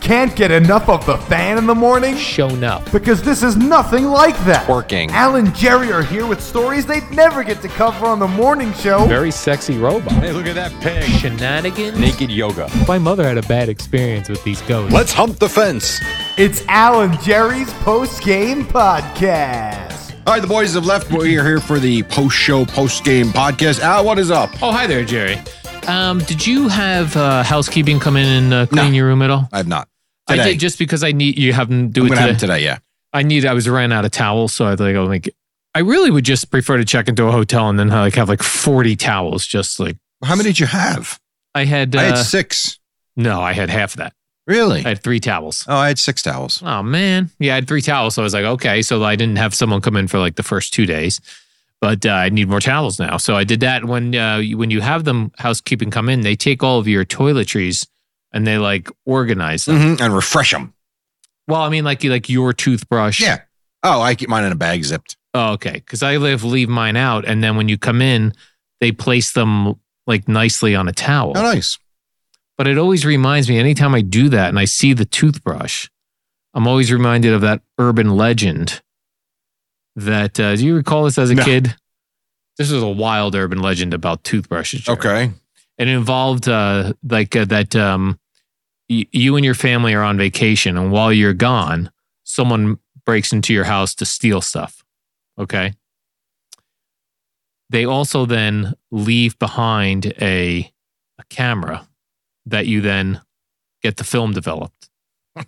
Can't get enough of the fan in the morning? shown up. Because this is nothing like that. Working. Al and Jerry are here with stories they'd never get to cover on the morning show. Very sexy robot. Hey, look at that pig. Shenanigans. Naked yoga. My mother had a bad experience with these ghosts. Let's hump the fence. It's Al and Jerry's post game podcast. All right, the boys have left. We are here for the post show, post game podcast. Al, what is up? Oh, hi there, Jerry. Um, did you have uh, housekeeping come in and uh, clean No. your room at all? I have not. I Today. did just because I need you haven't do I'm it going to today. have it today, yeah. I need. I was ran out of towels, so I like. I'm like. I really would just prefer to check into a hotel and then uh, like have like 40 towels. Just like How many did you have? I had. Uh, I had six. no, I had half that. Really? I had three towels. oh, I had six towels. Oh man, yeah, I had three towels. So I was like, okay, so I didn't have someone come in for like the first two days, but uh, I need more towels now. So I did that. When uh, you- when you have them housekeeping come in, they take all of your toiletries and they like organize them. hmm And refresh them. Well, I mean, like you like your toothbrush. Yeah. Oh, I keep mine in a bag zipped. Oh, okay, because I live leave mine out, and then when you come in, they place them like nicely on a towel. Oh, nice. But it always reminds me anytime I do that and I see the toothbrush, I'm always reminded of that urban legend that uh, do you recall this as a No. kid? This was a wild urban legend about toothbrushes. Jerry. Okay. And it involved uh, like uh, that um, y- you and your family are on vacation, and while you're gone, someone breaks into your house to steal stuff. Okay. They also then leave behind a, a camera that you then get the film developed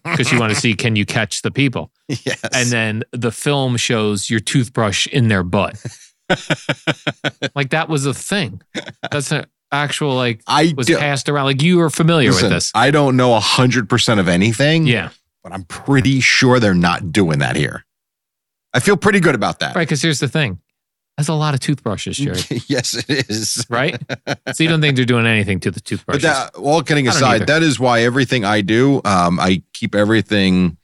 because you want to see can you catch the people? Yes. And then the film shows your toothbrush in their butt. like that was a thing. That's an actual like I was do. passed around. Like you were familiar Listen, with this. I don't know 100% of anything, yeah. but I'm pretty sure they're not doing that here. I feel pretty good about that. Right. Because here's the thing that's a lot of toothbrushes, Jerry. yes, it is. right? So you don't think they're doing anything to the But toothbrushes. that, all kidding I don't either. aside, that is why everything I do, um, I keep everything.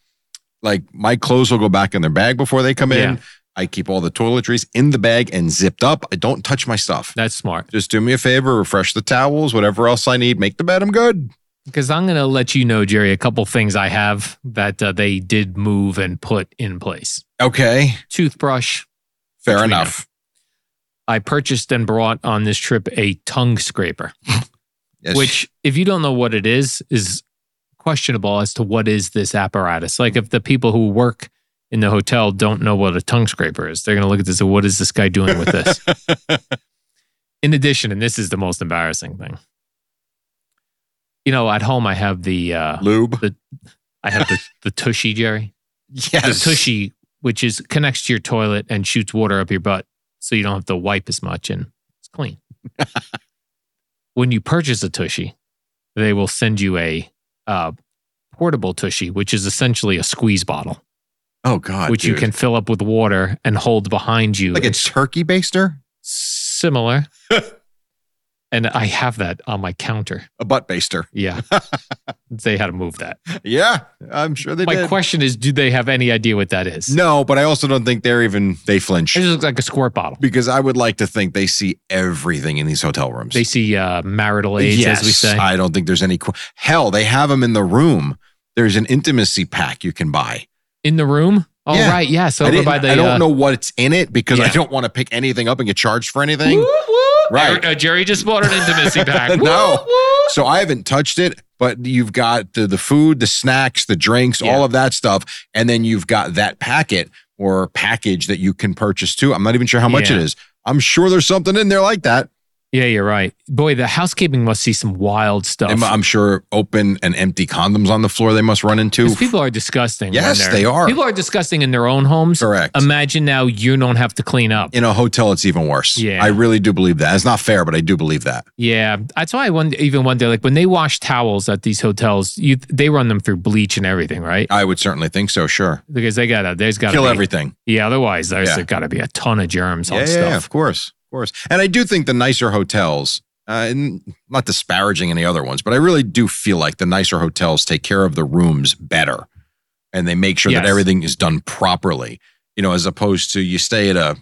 Like my clothes will go back in their bag before they come in. Yeah. I keep all the toiletries in the bag and zipped up. I don't touch my stuff. That's smart. Just do me a favor, refresh the towels, whatever else I need, make the bed. I'm good. Because I'm going to let you know, Jerry, a couple things I have that uh, they did move and put in place. Okay, Toothbrush. fair Which we enough. I purchased and brought on this trip a tongue scraper, Yes. which, if you don't know what it is, is questionable as to what is this apparatus. Like, if the people who work in the hotel don't know what a tongue scraper is, they're going to look at this and say, what is this guy doing with this? in addition, and this is the most embarrassing thing. You know, at home I have the uh, lube? I have the, the tushy, Jerry. The Yes, tushy, which is connects to your toilet and shoots water up your butt, so you don't have to wipe as much and it's clean. when you purchase a tushy, they will send you a uh, portable tushy, which is essentially a squeeze bottle, Oh god, which you dude. can fill up with water and hold behind you. like a turkey baster, similar. and I have that on my counter. a butt baster. Yeah. they had to move that. Yeah, I'm sure they My did. question is, do they have any idea what that is? no, but I also don't think they're even they flinch. It just looks like a squirt bottle. because I would like to think they see everything in these hotel rooms. They see uh, marital age, as we say. I don't think there's any. qu- Hell, they have them in the room. There's an intimacy pack you can buy. In the room? Oh, Yeah. right. Yeah. So I, over didn't- by the. I don't uh, know what's in it because I Yeah. don't want to pick anything up and get charged for anything. woo, woo. Right. Uh, Jerry just bought an intimacy pack. Woo, No. woo. So I haven't touched it, but you've got the, the food, the snacks, the drinks, Yeah. all of that stuff. And then you've got that packet or package that you can purchase too. I'm not even sure how much Yeah. it is. I'm sure there's something in there like that. Yeah, you're right. Boy, the housekeeping must see some wild stuff. They mu- I'm sure open and empty condoms on the floor they must run into. 'Cause people are disgusting. when Yes, they're- they are. People are disgusting in their own homes. Correct. Imagine now you don't have to clean up. In a hotel, it's even worse. Yeah. I really do believe that. It's not fair, but I do believe that. Yeah, that's why I wonder, even wonder like when they wash towels at these hotels, you they run them through bleach and everything, right? I would certainly think so. Sure, Because they gotta, there's gotta kill be, everything. Yeah, otherwise there's Yeah. there gotta be a ton of germs yeah, on yeah, yeah, stuff. of course, of course. And I do think the nicer hotels, uh, and not disparaging any other ones, but I really do feel like the nicer hotels take care of the rooms better, and they make sure that Yes. everything is done properly. You know, as opposed to you stay at a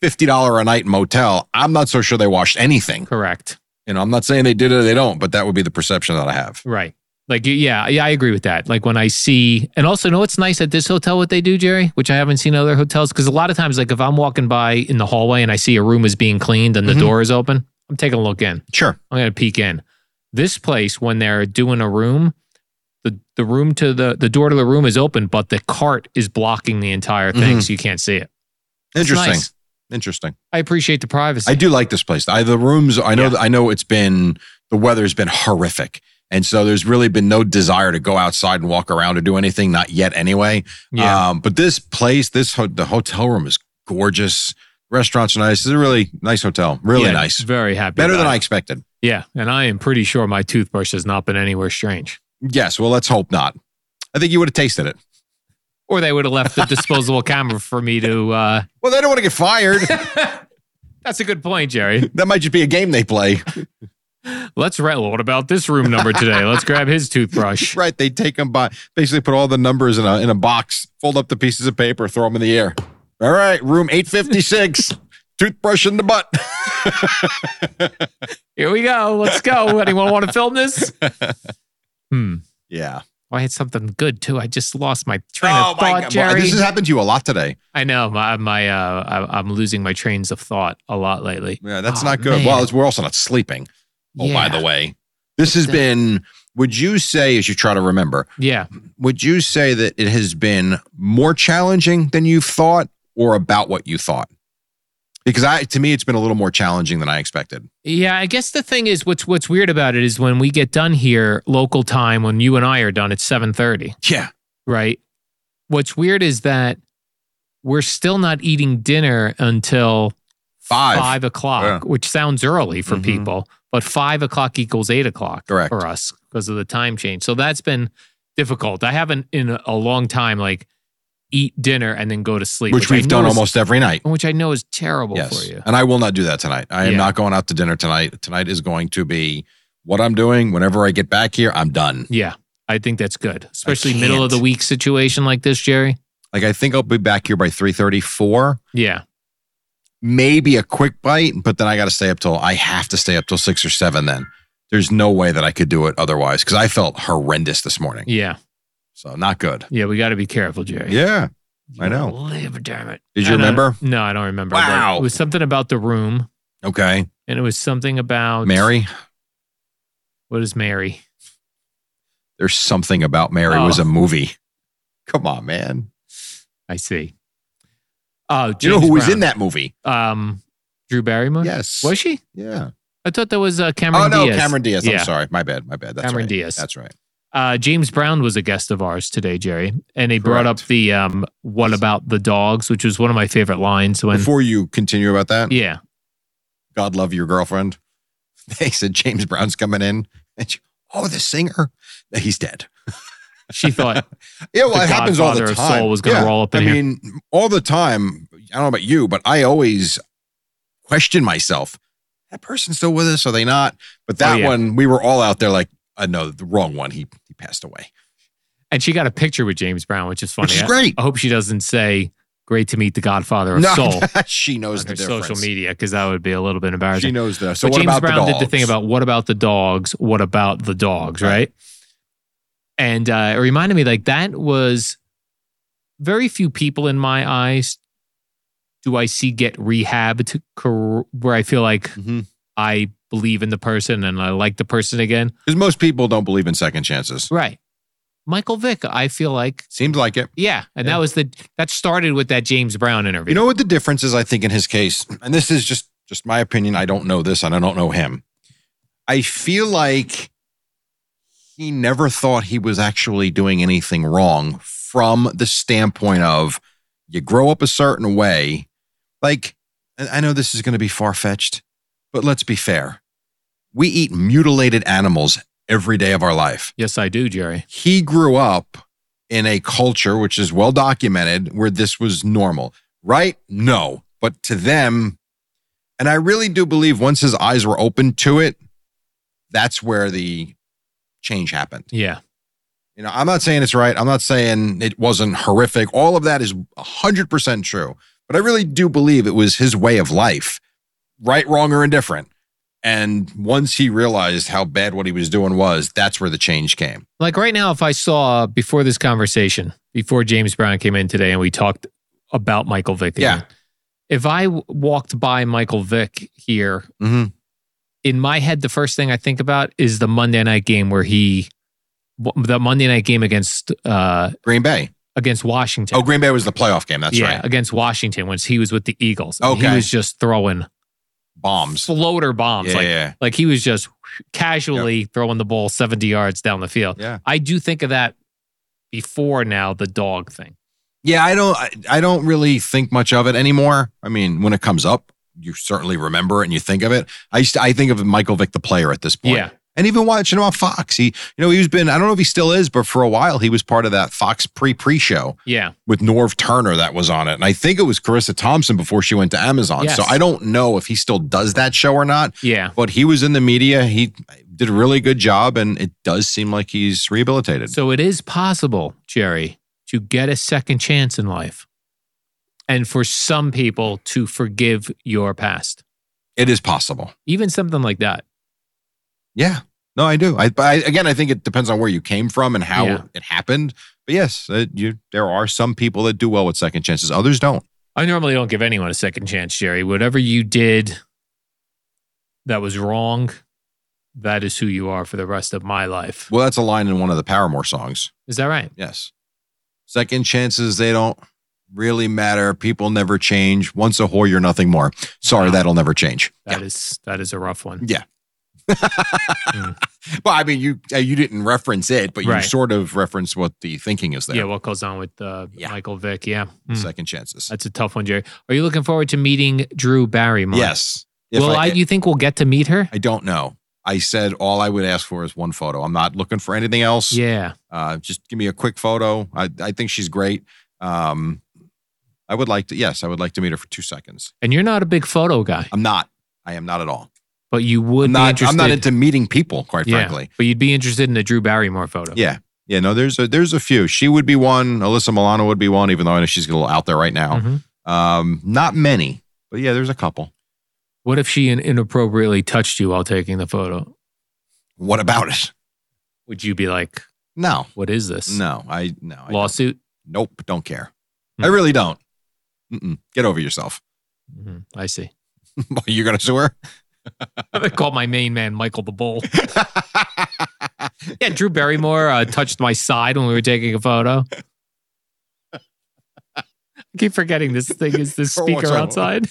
fifty dollar a night motel. I'm not so sure they washed anything. Correct. You know, I'm not saying they did it or they don't, but that would be the perception that I have. Right. Like yeah, yeah, I agree with that. Like when I see, and also, you know what's nice at this hotel? What they do, Jerry, which I haven't seen at other hotels, because a lot of times, like if I'm walking by in the hallway and I see a room is being cleaned and the Mhm. door is open, I'm taking a look in. Sure. I'm gonna peek in. This place, when they're doing a room, the the room to the the door to the room is open, but the cart is blocking the entire thing, Mhm. so you can't see it. It's Interesting. nice. Interesting. I appreciate the privacy. I do like this place. I, the rooms, I know, I know it's been, the weather's been horrific. And so there's really been no desire to go outside and walk around or do anything, not yet anyway. yeah, Um, but this place, this, ho- the hotel room is gorgeous. Restaurants are nice. It's a really nice hotel. Really Yeah, nice. Very happy. Better about than I it. expected. Yeah, and I am pretty sure my toothbrush has not been anywhere strange. Yes. Well, let's hope not. I think you would have tasted it. Or they would have left the disposable camera for me to. Uh, Well, they don't want to get fired. that's a good point, Jerry. that might just be a game they play. Let's rent. What about this room number today? Let's grab his toothbrush. Right. They take them by basically put all the numbers in a in a box, fold up the pieces of paper, throw them in the air. All right, room 856. Toothbrush in the butt. Here we go. Let's go. Anyone want to film this? Hmm. Yeah. Oh, I had something good too. I just lost my train of thought, Oh God. Jerry. This has happened to you a lot today. I know my my uh, I, I'm losing my trains of thought a lot lately. Yeah, that's Oh, not good. man. Well, it's, we're also not sleeping. Oh, yeah. by the way. This has the- been, would you say, as you try to remember, yeah, would you say that it has been more challenging than you thought or about what you thought? Because I to me it's been a little more challenging than I expected. yeah. I guess the thing is, what's what's weird about it is when we get done here local time, when you and I are done, it's seven thirty, Yeah. right? What's weird is that we're still not eating dinner until Five. five o'clock, Yeah. which sounds early for Mhm. people, but five o'clock equals eight o'clock Correct. for us because of the time change. So that's been difficult. I haven't in a, a long time like eat dinner and then go to sleep, Which I we've know done is- almost every night. which I know is terrible for you. And I will not do that tonight. I am Yeah. not going out to dinner tonight. Tonight is going to be what I'm doing. Whenever I get back here, I'm done. Yeah, I think that's good, especially middle of can't. the week situation like this, Jerry. Like I think I'll be back here by 3:34. Yeah, Maybe a quick bite, but then I got to stay up till I have to stay up till 6 or 7 then. There's no way that I could do it otherwise cuz I felt horrendous this morning. yeah, So not good. yeah. We got to be careful, Jerry. Yeah. You I know. gotta Live, damn it. Did you And, uh, remember? No, I don't remember. but Wow. it was something about the room, Okay. and it was something about Mary, What is Mary? there's something about Mary was Oh. a movie. Come on, man. I see. Oh, Do you know who was Brown. in that movie? Um, Drew Barrymore. Yes. was she? Yeah. I thought that was uh, Cameron. Oh no, Diaz. Cameron Diaz. I'm Yeah. sorry. My bad. My bad. That's Cameron right. Diaz. That's right. Uh, James Brown was a guest of ours today, Jerry, and he brought up Correct. the um, "What about the dogs?" which was one of my favorite lines. When Before you continue about that, yeah, God love your girlfriend. They said James Brown's coming in, and she, oh, the singer, he's dead. she thought Yeah, well, The it happens all the Godfather of time. Soul was gonna Yeah. roll up in I here. mean, all the time. I don't know about you, but I always question myself. That person's still with us? Are they not? But that Oh, yeah. one, we were all out there like, uh, no, the wrong one. He he passed away. and she got a picture with James Brown, which is funny. Which is I- great. I, hope she doesn't say "Great to meet the Godfather of Soul" on she knows her the difference. social media because that would be a little bit She embarrassing. knows the. So but what James about Brown the did the thing dogs? about what about the dogs? What about the dogs? Right. Right. And uh, it reminded me like that was very few people in my eyes do I see get rehabbed cor- where I feel like Mhm. I believe in the person and I like the person again. Because most people don't believe in second chances. Right. Michael Vick, I feel like Seems like it. yeah, and Yeah. that was the that started with that James Brown interview. You know what the difference is, I think, in his case? And this is just, just my opinion. I don't know this and I don't know him. I feel like he never thought he was actually doing anything wrong from the standpoint of you grow up a certain way. Like, and I know this is going to be far fetched, but let's be fair. We eat mutilated animals every day of our life Yes, I do, Jerry. he grew up in a culture which is well documented where this was normal, right? No, but to them, and I really do believe once his eyes were open to it, that's where the change happened. Yeah. You know, I'm not saying it's right. I'm not saying it wasn't horrific. All of that is 100% true. But I really do believe it was his way of life, right, wrong, or indifferent. And once he realized how bad what he was doing was, that's where the change came. Like right now, if I saw before this conversation, before James Brown came in today and we talked about Michael Vick, again, if I w- walked by Michael Vick here, Mm-hmm. in my head, the first thing I think about is the Monday night game where he, the Monday night game against uh Green Bay. against Washington. Oh, Green Bay was the playoff game. That's yeah, right. against Washington when he was with the Eagles. And Okay. He was just throwing Bombs. floater bombs. yeah, like, yeah, like he was just casually throwing the ball 70 yards down the field. yeah. I do think of that before now, the dog thing. Yeah, I don't. I, I don't really think much of it anymore. I mean, when it comes up, you certainly remember it and you think of it. I used to, I think of Michael Vick, the player, at this point. Yeah. And even watching him on Fox, he, you know, he's been, I don't know if he still is, but for a while, he was part of that Fox pre pre show Yeah. with Norv Turner that was on it. And I think it was Carissa Thompson before she went to Amazon. Yes. So I don't know if he still does that show or not. Yeah. But he was in the media. He did a really good job, and it does seem like he's rehabilitated. So it is possible, Jerry, to get a second chance in life and for some people to forgive your past, it is possible. even something like that. Yeah. No, I do. I, but I, again, I think it depends on where you came from and how Yeah. it happened. But yes, uh you, there are some people that do well with second chances. Others don't. I normally don't give anyone a second chance, Jerry. Whatever you did that was wrong, that is who you are for the rest of my life. Well, that's a line in one of the Paramore songs. Is that right? Yes. Second chances, they don't really matter. People never change. Once a whore, you're nothing more. Sorry, Wow. that'll never change. That is that is a rough one. Well, I mean, you uh, you didn't reference it, but you Right. sort of reference what the thinking is there. Yeah, what goes on with uh, Yeah. Michael Vick? Yeah, Hmm. Second chances. that's a tough one, Jerry. Are you looking forward to meeting Drew Barrymore? Yes. If Well, I, you think we'll get to meet her? I don't know. I said all I would ask for is one photo. I'm not looking for anything else. Yeah, Uh, just give me a quick photo. I, I think she's great. Um, I would like to, yes, I would like to meet her for two seconds. and you're not a big photo guy, I'm not. I am not at all. but you would I'm be not, interested. I'm not into meeting people, quite yeah, frankly. but you'd be interested in a Drew Barrymore photo. Yeah. Yeah. No, there's a, there's a few. She would be one. Alyssa Milano would be one, even though I know she's a little out there right now. Mhm. Um, not many, but yeah, there's a couple. What if she in- inappropriately touched you while taking the photo? What about it? Would you be like, No, "What is this? no, I, no. I don't. lawsuit?" Nope. Don't care. Hmm. I really don't. Mm-mm. Get over yourself. hmm I see. You're going to sue her? I called my main man Michael the Bull. Yeah, Drew Barrymore uh, touched my side when we were taking a photo. I keep forgetting this thing is this For what's speaker up. outside.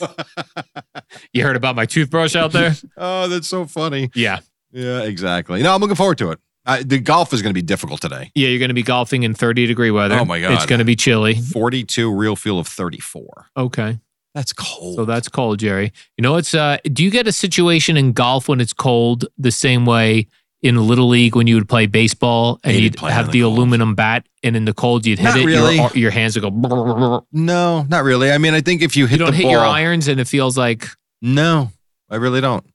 You heard about my toothbrush out there? oh, that's so funny. Yeah. Yeah, exactly. No, I'm looking forward to it. I, the golf is going to be difficult today. Yeah, you're going to be golfing in 30 degree weather. Oh, my God. It's going to be chilly. 42 real feel of 34. Okay. That's cold. So that's cold, Jerry. You know, it's, uh, do you get a situation in golf when it's cold the same way in Little League when you would play baseball and Hated you'd playing have in the, the cold. aluminum bat and in the cold you'd hit Not it? Your, really. your hands would go. no, not really. I mean, I think if you hit You don't the hit ball, your irons and it feels like no, I really don't. That-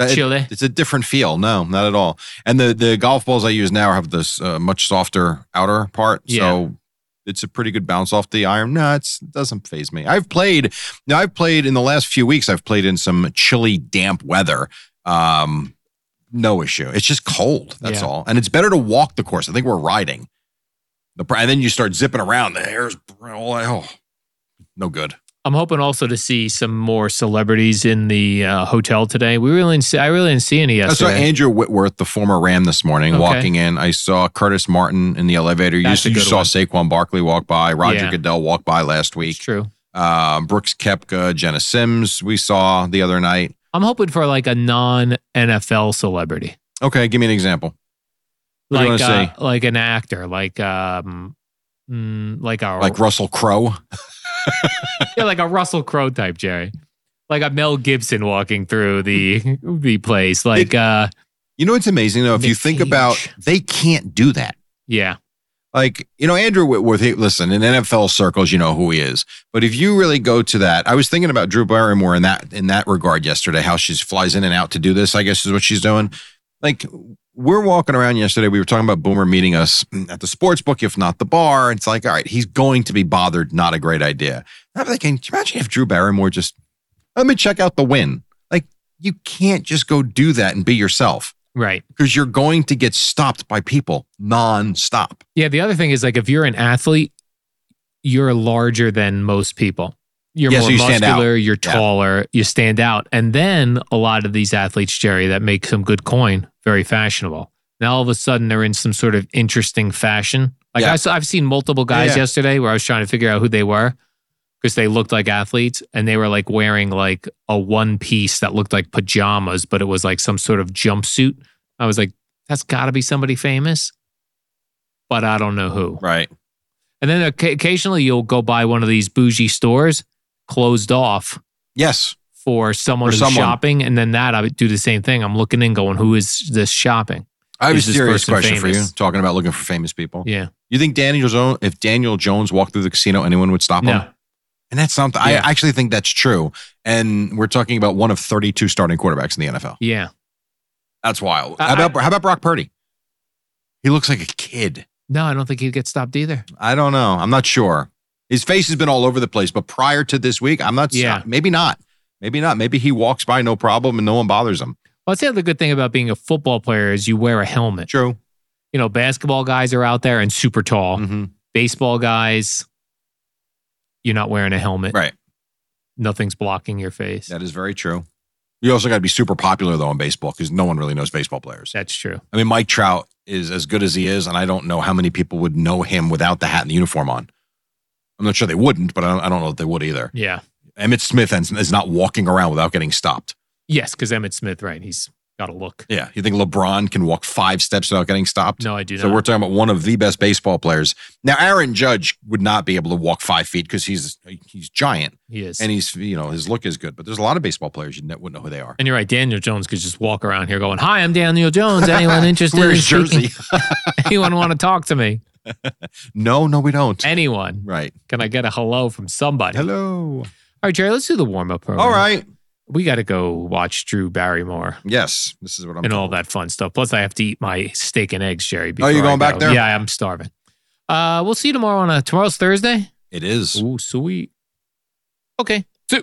Uh, it- chilly. it's a different feel. No, not at all. And the the golf balls I use now have this uh, much softer outer part, Yeah. so it's a pretty good bounce off the iron. No, it's, it doesn't phase me. I've played now. I've played in the last few weeks. I've played in some chilly, damp weather. Um, no issue. It's just cold. That's Yeah. all. And it's better to walk the course. I think we're riding. The pr- and then you start zipping around. The hair's br- all oh, no good. I'm hoping also to see some more celebrities in the uh, hotel today. We really didn't see, I really didn't see any I saw yesterday. Andrew Whitworth, the former Ram, this morning Okay. walking in. I saw Curtis Martin in the elevator. You, That's a you good saw one. Saquon Barkley walk by. Roger Yeah. Goodell walk by last it's week. true. Uh, Brooks Kepka, Jenna Sims, we saw the other night. I'm hoping for like a non NFL celebrity, Okay, give me an example. What do you like wanna uh, like an actor, like um, mm, like a Like Russell Crowe. yeah, like a Russell Crowe type, Jerry, like a Mel Gibson walking through the the place, like uh, You know what's amazing though? If you Nick think Cage. about, they can't do that. yeah, Like you know, Andrew Whitworth. He, listen, in NFL circles, you know who he is. But if you really go to that, I was thinking about Drew Barrymore in that in that regard yesterday. How she flies in and out to do this, I guess, is what she's doing. Like we're walking around yesterday. We were talking about Boomer meeting us at the sports book, if not the bar. It's like, all right, he's going to be bothered. Not a great idea. I'm thinking, can you imagine if Drew Barrymore just let me check out the win? Like you can't just go do that and be yourself right. because you're going to get stopped by people nonstop. Yeah, the other thing is like if you're an athlete, you're larger than most people. You're Yeah, more so you stand out. muscular, you're Yeah. taller, you stand out. And then a lot of these athletes, Jerry, that make some good coin, very fashionable. Now all of a sudden they're in some sort of interesting fashion. Like Yeah. I saw, I've seen multiple guys yeah. yesterday where I was trying to figure out who they were because they looked like athletes and they were like wearing like a one piece that looked like pajamas, but it was like some sort of jumpsuit. I was like, that's got to be somebody famous, but I don't know who. Right. And then oca- occasionally you'll go by one of these bougie stores closed off Yes. for someone For who's someone. shopping. And then that I would do the same thing. I'm looking in going, who is this shopping? I have Is a this serious person question for you, famous? talking about looking for famous people. Yeah. You think Daniel Jones, if Daniel Jones walked through the casino, anyone would stop No. him? And that's something I Yeah. actually think that's true. And we're talking about one of 32 starting quarterbacks in the NFL. Yeah. That's wild. I- how about how about Brock Purdy? He looks like a kid. No, I don't think he'd get stopped either. I don't know. I'm not sure. His face has been all over the place, but prior to this week, I'm not. Yeah. Maybe not. Maybe not. Maybe he walks by no problem and no one bothers him. Well, that's the other good thing about being a football player is you wear a helmet. True. You know, basketball guys are out there and super tall. Mm-hmm. Baseball guys, you're not wearing a helmet. Right. Nothing's blocking your face. That is very true. You also got to be super popular though in baseball because no one really knows baseball players. That's true. I mean, Mike Trout is as good as he is, and I don't know how many people would know him without the hat and the uniform on. I'm not sure they wouldn't, but I don't, I don't know that they would either. Yeah. Emmett Smith is is not walking around without getting stopped. Yes, because Emmett Smith, right? He's got a look. Yeah, you think LeBron can walk five steps without getting stopped? No, I do not. So we're talking about one of the best baseball players. Now, Aaron Judge would not be able to walk five feet because he's he's giant he is. and he's you know his look is good. But there's a lot of baseball players you wouldn't know who they are. And you're right, Daniel Jones could just walk around here going, "Hi, I'm Daniel Jones. Anyone interested in Where's speaking? Jersey? Anyone want to talk to me? No, no, we don't. Anyone? Right. Can I get a hello from somebody?" All Hello. right, Jerry, let's do the warm up program. All right. we got to go watch Drew Barrymore Yes. This is what I'm and all that fun stuff. Plus, I have to eat my steak and eggs, Jerry. Oh, you're before I going back go. there? Yeah, I'm starving. Uh, we'll see you tomorrow on a tomorrow's Thursday. It is. Ooh, sweet. Okay. So.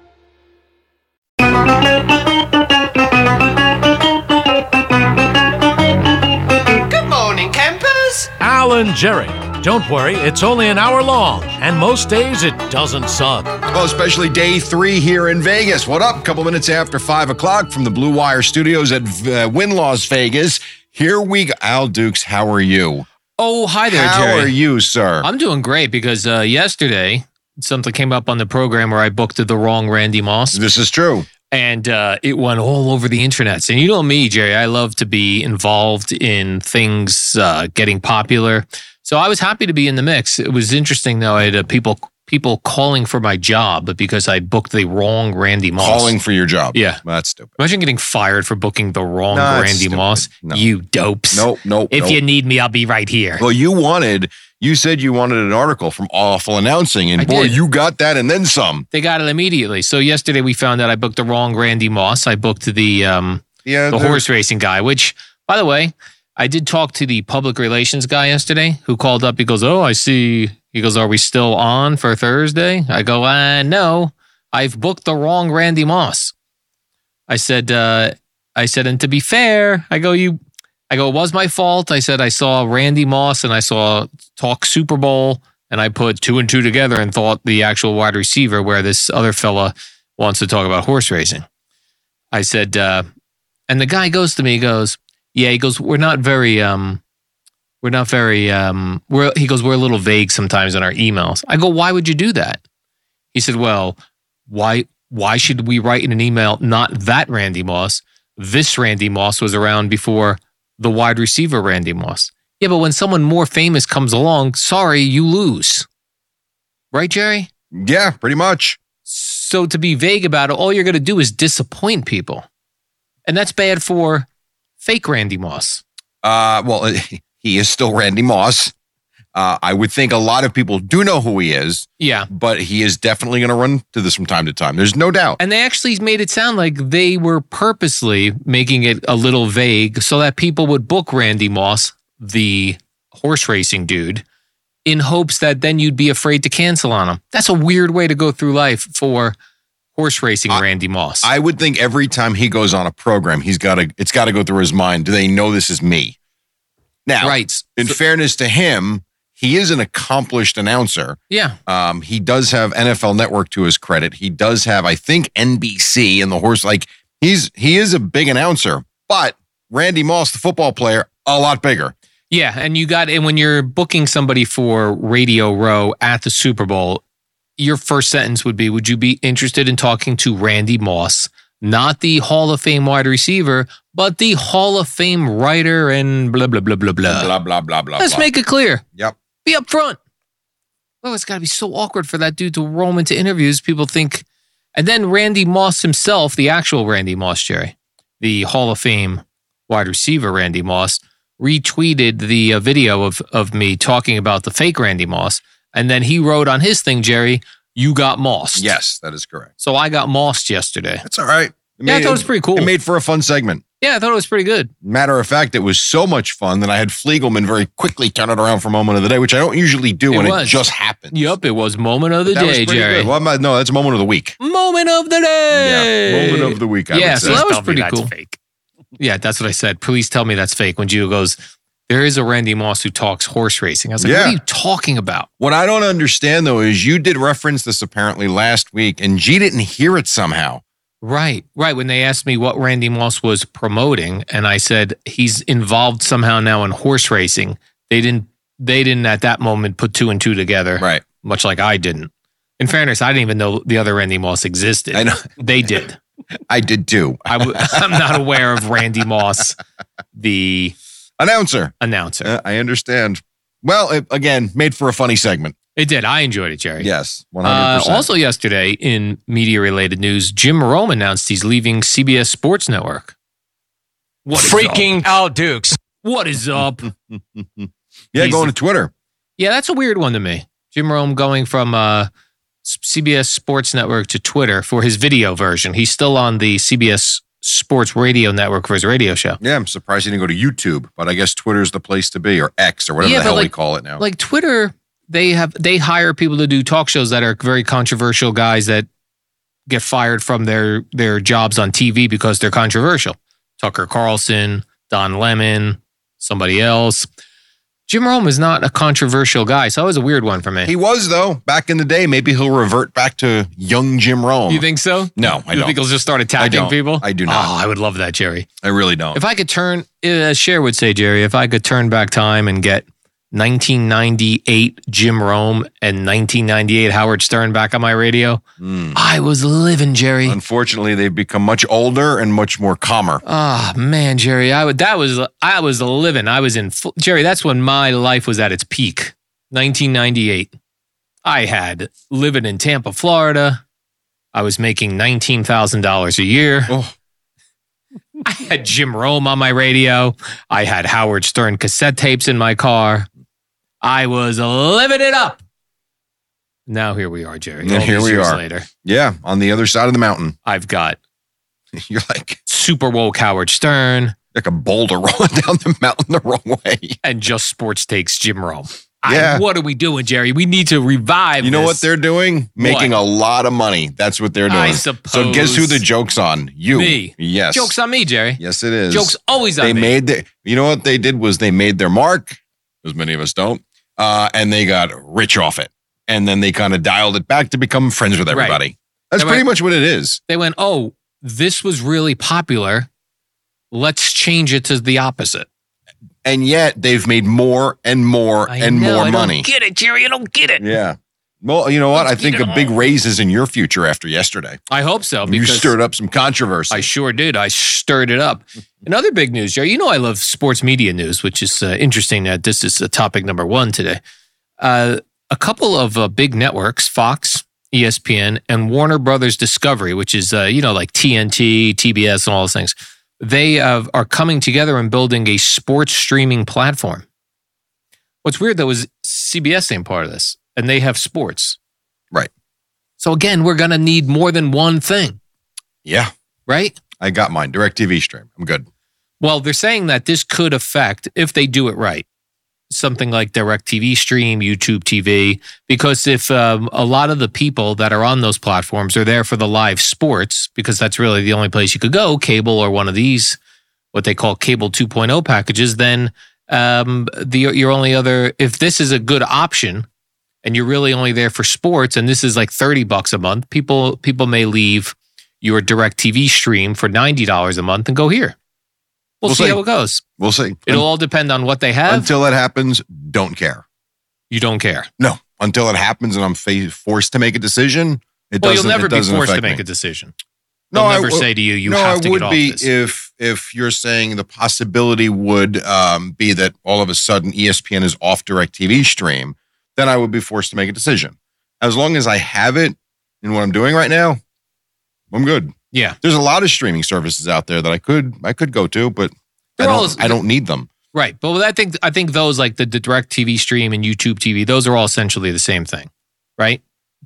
Alan Jerry. Don't worry, it's only an hour long, and most days it doesn't suck. Well, Oh, especially day three here in Vegas. What up? Couple minutes after five o'clock from the Blue Wire Studios at uh, Win Las Vegas. Here we go. Al Dukes, how are you? Oh, hi there, how Jerry. are you, sir? I'm doing great because uh, yesterday something came up on the program where I booked the wrong Randy Moss, this is true. and uh, it went all over the internets. And you know me, Jerry, I love to be involved in things uh, getting popular. So I was happy to be in the mix. It was interesting though. I had uh, people people calling for my job because I booked the wrong Randy Moss. Calling for your job. Yeah. Well, that's stupid. Imagine getting fired for booking the wrong No, it's Randy stupid. Moss. No. You dopes. Nope, nope. If nope. you need me, I'll be right here. Well, you wanted, you said you wanted an article from Awful Announcing, and I boy, did. you got that and then some. They got it immediately. So yesterday we found out I booked the wrong Randy Moss. I booked the um, Yeah, the there- horse racing guy, which by the way, I did talk to the public relations guy yesterday who called up. He goes, "Oh, I see." He goes, "Are we still on for Thursday?" I go, "Uh, no. I've booked the wrong Randy Moss." I said, uh, "I said, and to be fair, I go, you, I go, it was my fault." I said, "I saw Randy Moss and I saw talk Super Bowl, and I put two and two together and thought the actual wide receiver, where this other fella wants to talk about horse racing." I said, uh, and the guy goes to me, he goes, Yeah, he goes, We're not very um we're not very um we're he goes, We're a little vague sometimes in our emails. I go, Why would you do that? He said, Well, why why should we write in an email not that Randy Moss? This Randy Moss was around before the wide receiver Randy Moss. Yeah, but when someone more famous comes along, sorry, you lose. Right, Jerry? Yeah, pretty much. So to be vague about it, all you're going to do is disappoint people. And that's bad for fake Randy Moss. Uh, well, he is still Randy Moss. Uh, I would think a lot of people do know who he is, Yeah. but he is definitely going to run to this from time to time. There's no doubt. And they actually made it sound like they were purposely making it a little vague so that people would book Randy Moss, the horse racing dude, in hopes that then you'd be afraid to cancel on him. That's a weird way to go through life for horse racing I- Randy Moss. I would think every time he goes on a program, he's got to it's got to go through his mind. Do they know this is me? Now, right. in fairness to him, he is an accomplished announcer. Yeah. Um, he does have NFL Network to his credit. He does have, I think, NBC and the horse. Like he's he is a big announcer, but Randy Moss, the football player, a lot bigger. Yeah, and you got and when you're booking somebody for Radio Row at the Super Bowl, your first sentence would be, "Would you be interested in talking to Randy Moss, not the Hall of Fame wide receiver, but the Hall of Fame writer and blah blah blah blah blah." blah blah blah blah. Let's blah. make it clear. Yep. Be upfront. Oh, it's got to be so awkward for that dude to roam into interviews. People think, and then Randy Moss himself, the actual Randy Moss, Jerry, the Hall of Fame wide receiver, Randy Moss, retweeted the uh, video of of me talking about the fake Randy Moss, and then he wrote on his thing, Jerry, "You got Moss." Yes, that is correct. So I got Mossed yesterday. That's all right. It Yeah, I thought it was pretty cool. It made for a fun segment. yeah, I thought it was pretty good. Matter of fact, it was so much fun that I had Fliegelman very quickly turn it around for moment of the day, which I don't usually do It when it was. just happens. Yup, it was moment of the That was day, pretty Jerry. good. Well, I'm not- no, that's moment of the week. Moment of the day. Yeah, moment of the week. I yeah, would so say. that was pretty cool. Yeah, that's what I said. Please tell me that's fake. When Gio goes, there is a Randy Moss who talks horse racing. I was like, what Yeah. are you talking about? What I don't understand though is you did reference this apparently last week, and G didn't hear it somehow. Right, right. When they asked me what Randy Moss was promoting, and I said he's involved somehow now in horse racing, they didn't. They didn't at that moment put two and two together, Right. much like I didn't. In fairness, I didn't even know the other Randy Moss existed. I know. They did. I did too. I w- I'm not aware of Randy Moss, the Announcer. announcer. Uh, I understand. Well, it, again, made for a funny segment. It did. I enjoyed it, Jerry. Yes, one hundred Uh, percent. also, yesterday in media related news, Jim Rome announced he's leaving CBS Sports Network. What is up? Al Dukes. What is up? yeah, he's- going to Twitter. yeah, that's a weird one to me. Jim Rome going from uh, S- CBS Sports Network to Twitter for his video version. He's still on the CBS Sports Radio Network for his radio show. Yeah, I'm surprised he didn't go to YouTube, but I guess Twitter's the place to be, or X, or whatever Yeah, but the hell we like- call it now. Like Twitter, they have they hire people to do talk shows that are very controversial guys that get fired from their their jobs on TV because they're controversial. Tucker Carlson, Don Lemon, somebody else. Jim Rome is not a controversial guy, so that was a weird one for me. He was though back in the day. Maybe he'll revert back to young Jim Rome. you think so? No, I you don't. think he'll just start I attacking don't. people? I do not. Oh, I would love that, Jerry. I really don't. If I could turn, uh, as Cher would say, Jerry, if I could turn back time and get 1998 Jim Rome and 1998 Howard Stern back on my radio, Mm. I was living, Jerry. Unfortunately, they've become much older and much more calmer. Ah man, Jerry, I would that was I was living. I was in full, Jerry. That's when my life was at its peak, 1998. I had living in Tampa, Florida. I was making nineteen thousand dollars a year. Oh. I had Jim Rome on my radio. I had Howard Stern cassette tapes in my car. I was living it up. Now here we are, Jerry. And all here these we years are. Later, Yeah, on the other side of the mountain, I've got you're like super woke Howard Stern. like a boulder rolling down the mountain the wrong way. and just sports takes Jim Rome. Yeah. I, what are we doing, Jerry? We need to revive. You know this. what they're doing? Making a lot of money. That's what they're doing. I So guess who the suppose. joke's on? You. Me. Yes. jokes on me, Jerry. Yes, it is. Jokes always on They me. made the. You know what they did was they made their mark, as many of us don't, uh, and they got rich off it, and then they kind of dialed it back to become friends with Right. everybody. That's Am I- pretty much what it is. they went, oh, this was really popular. Let's change it to the opposite. and yet they've made more and more I and know, more I don't money. get it, Jerry? I don't get it. Yeah. Well, you know what? I Let's think eat it a big all. raise is in your future after yesterday. I hope so. You Because stirred up some controversy. I sure did. I stirred it up. Another big news, Jerry. You know, I love sports media news, which is uh, interesting that this is uh, topic number one today. Uh, a couple of uh, big networks, Fox, E ESPN, and Warner Brothers Discovery, which is, uh, you know, like TNT, TBS, and all those things, they uh, are coming together and building a sports streaming platform. What's weird, though, is CBS ain't part of this, and they have sports. Right. So again, we're going to need more than one thing, yeah, right? I got mine. Direct TV stream. I'm good. Well, they're saying that this could affect, if they do it right, something like direct TV stream, YouTube TV, because if um, a lot of the people that are on those platforms are there for the live sports, because that's really the only place you could go, cable or one of these, what they call cable 2.0 packages, then um, the, your only other, if this is a good option, and you're really only there for sports and this is like 30 bucks a month people people may leave your direct tv stream for $90 a month and go here we'll, We'll see, see. how it goes We'll see. it'll all depend on what they have until that happens, don't care. you don't care No, until it happens and I'm fa- forced to make a decision, it well you'll doesn't. never it be doesn't forced to affect make me. a decision No, they'll I never w- say to you you no, have I to would get off be this if if you're saying the possibility would um, be that all of a sudden E ESPN is off direct TV stream, then I would be forced to make a decision. As long as I have it in what I'm doing right now, I'm good. yeah There's a lot of streaming services out there that I could I could go to, but I They're don't, all- I don't need them. right but with- i think i think those like the, the direct tv stream and youtube tv those are all essentially the same thing right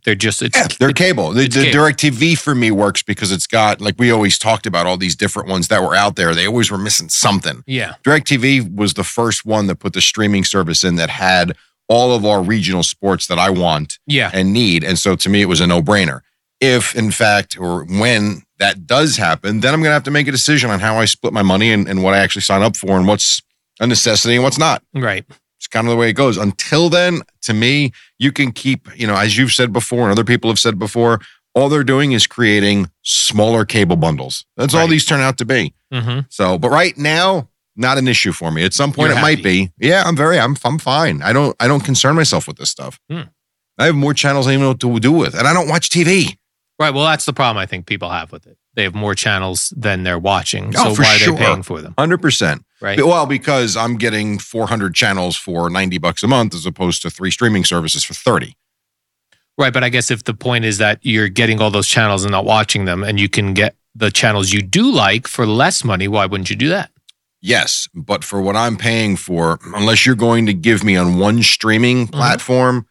they're just it's Yeah, they're cable. The, it's the cable. direct TV for me works because it's got like we always talked about all these different ones that were out there. They always were missing something. yeah DirecTV was the first one that put the streaming service in that had all of our regional sports that I want yeah and need. And so to me, it was a no brainer. If, in fact, or when that does happen, then I'm going to have to make a decision on how I split my money and, and what I actually sign up for and what's a necessity and what's not. right It's kind of the way it goes. Until then, to me, you can keep, you know, as you've said before and other people have said before, all they're doing is creating smaller cable bundles. That's all Right. these turn out to be. hmm So, but right now, not an issue for me. At some point, You're it might be. Yeah, I'm very, I'm, I'm fine. I don't, I don't concern myself with this stuff. Hmm. I have more channels I don't even know what to do with, and I don't watch TV. Right. Well, that's the problem I think people have with it. They have more channels than they're watching. Oh, So for why sure. are they paying for them? Hundred percent. Right. Well, because I'm getting 400 channels for 90 bucks a month, as opposed to three streaming services for 30. Right. But I guess if the point is that you're getting all those channels and not watching them, and you can get the channels you do like for less money, why wouldn't you do that? Yes, but for what I'm paying for, unless you're going to give me on one Mm-hmm. streaming platform,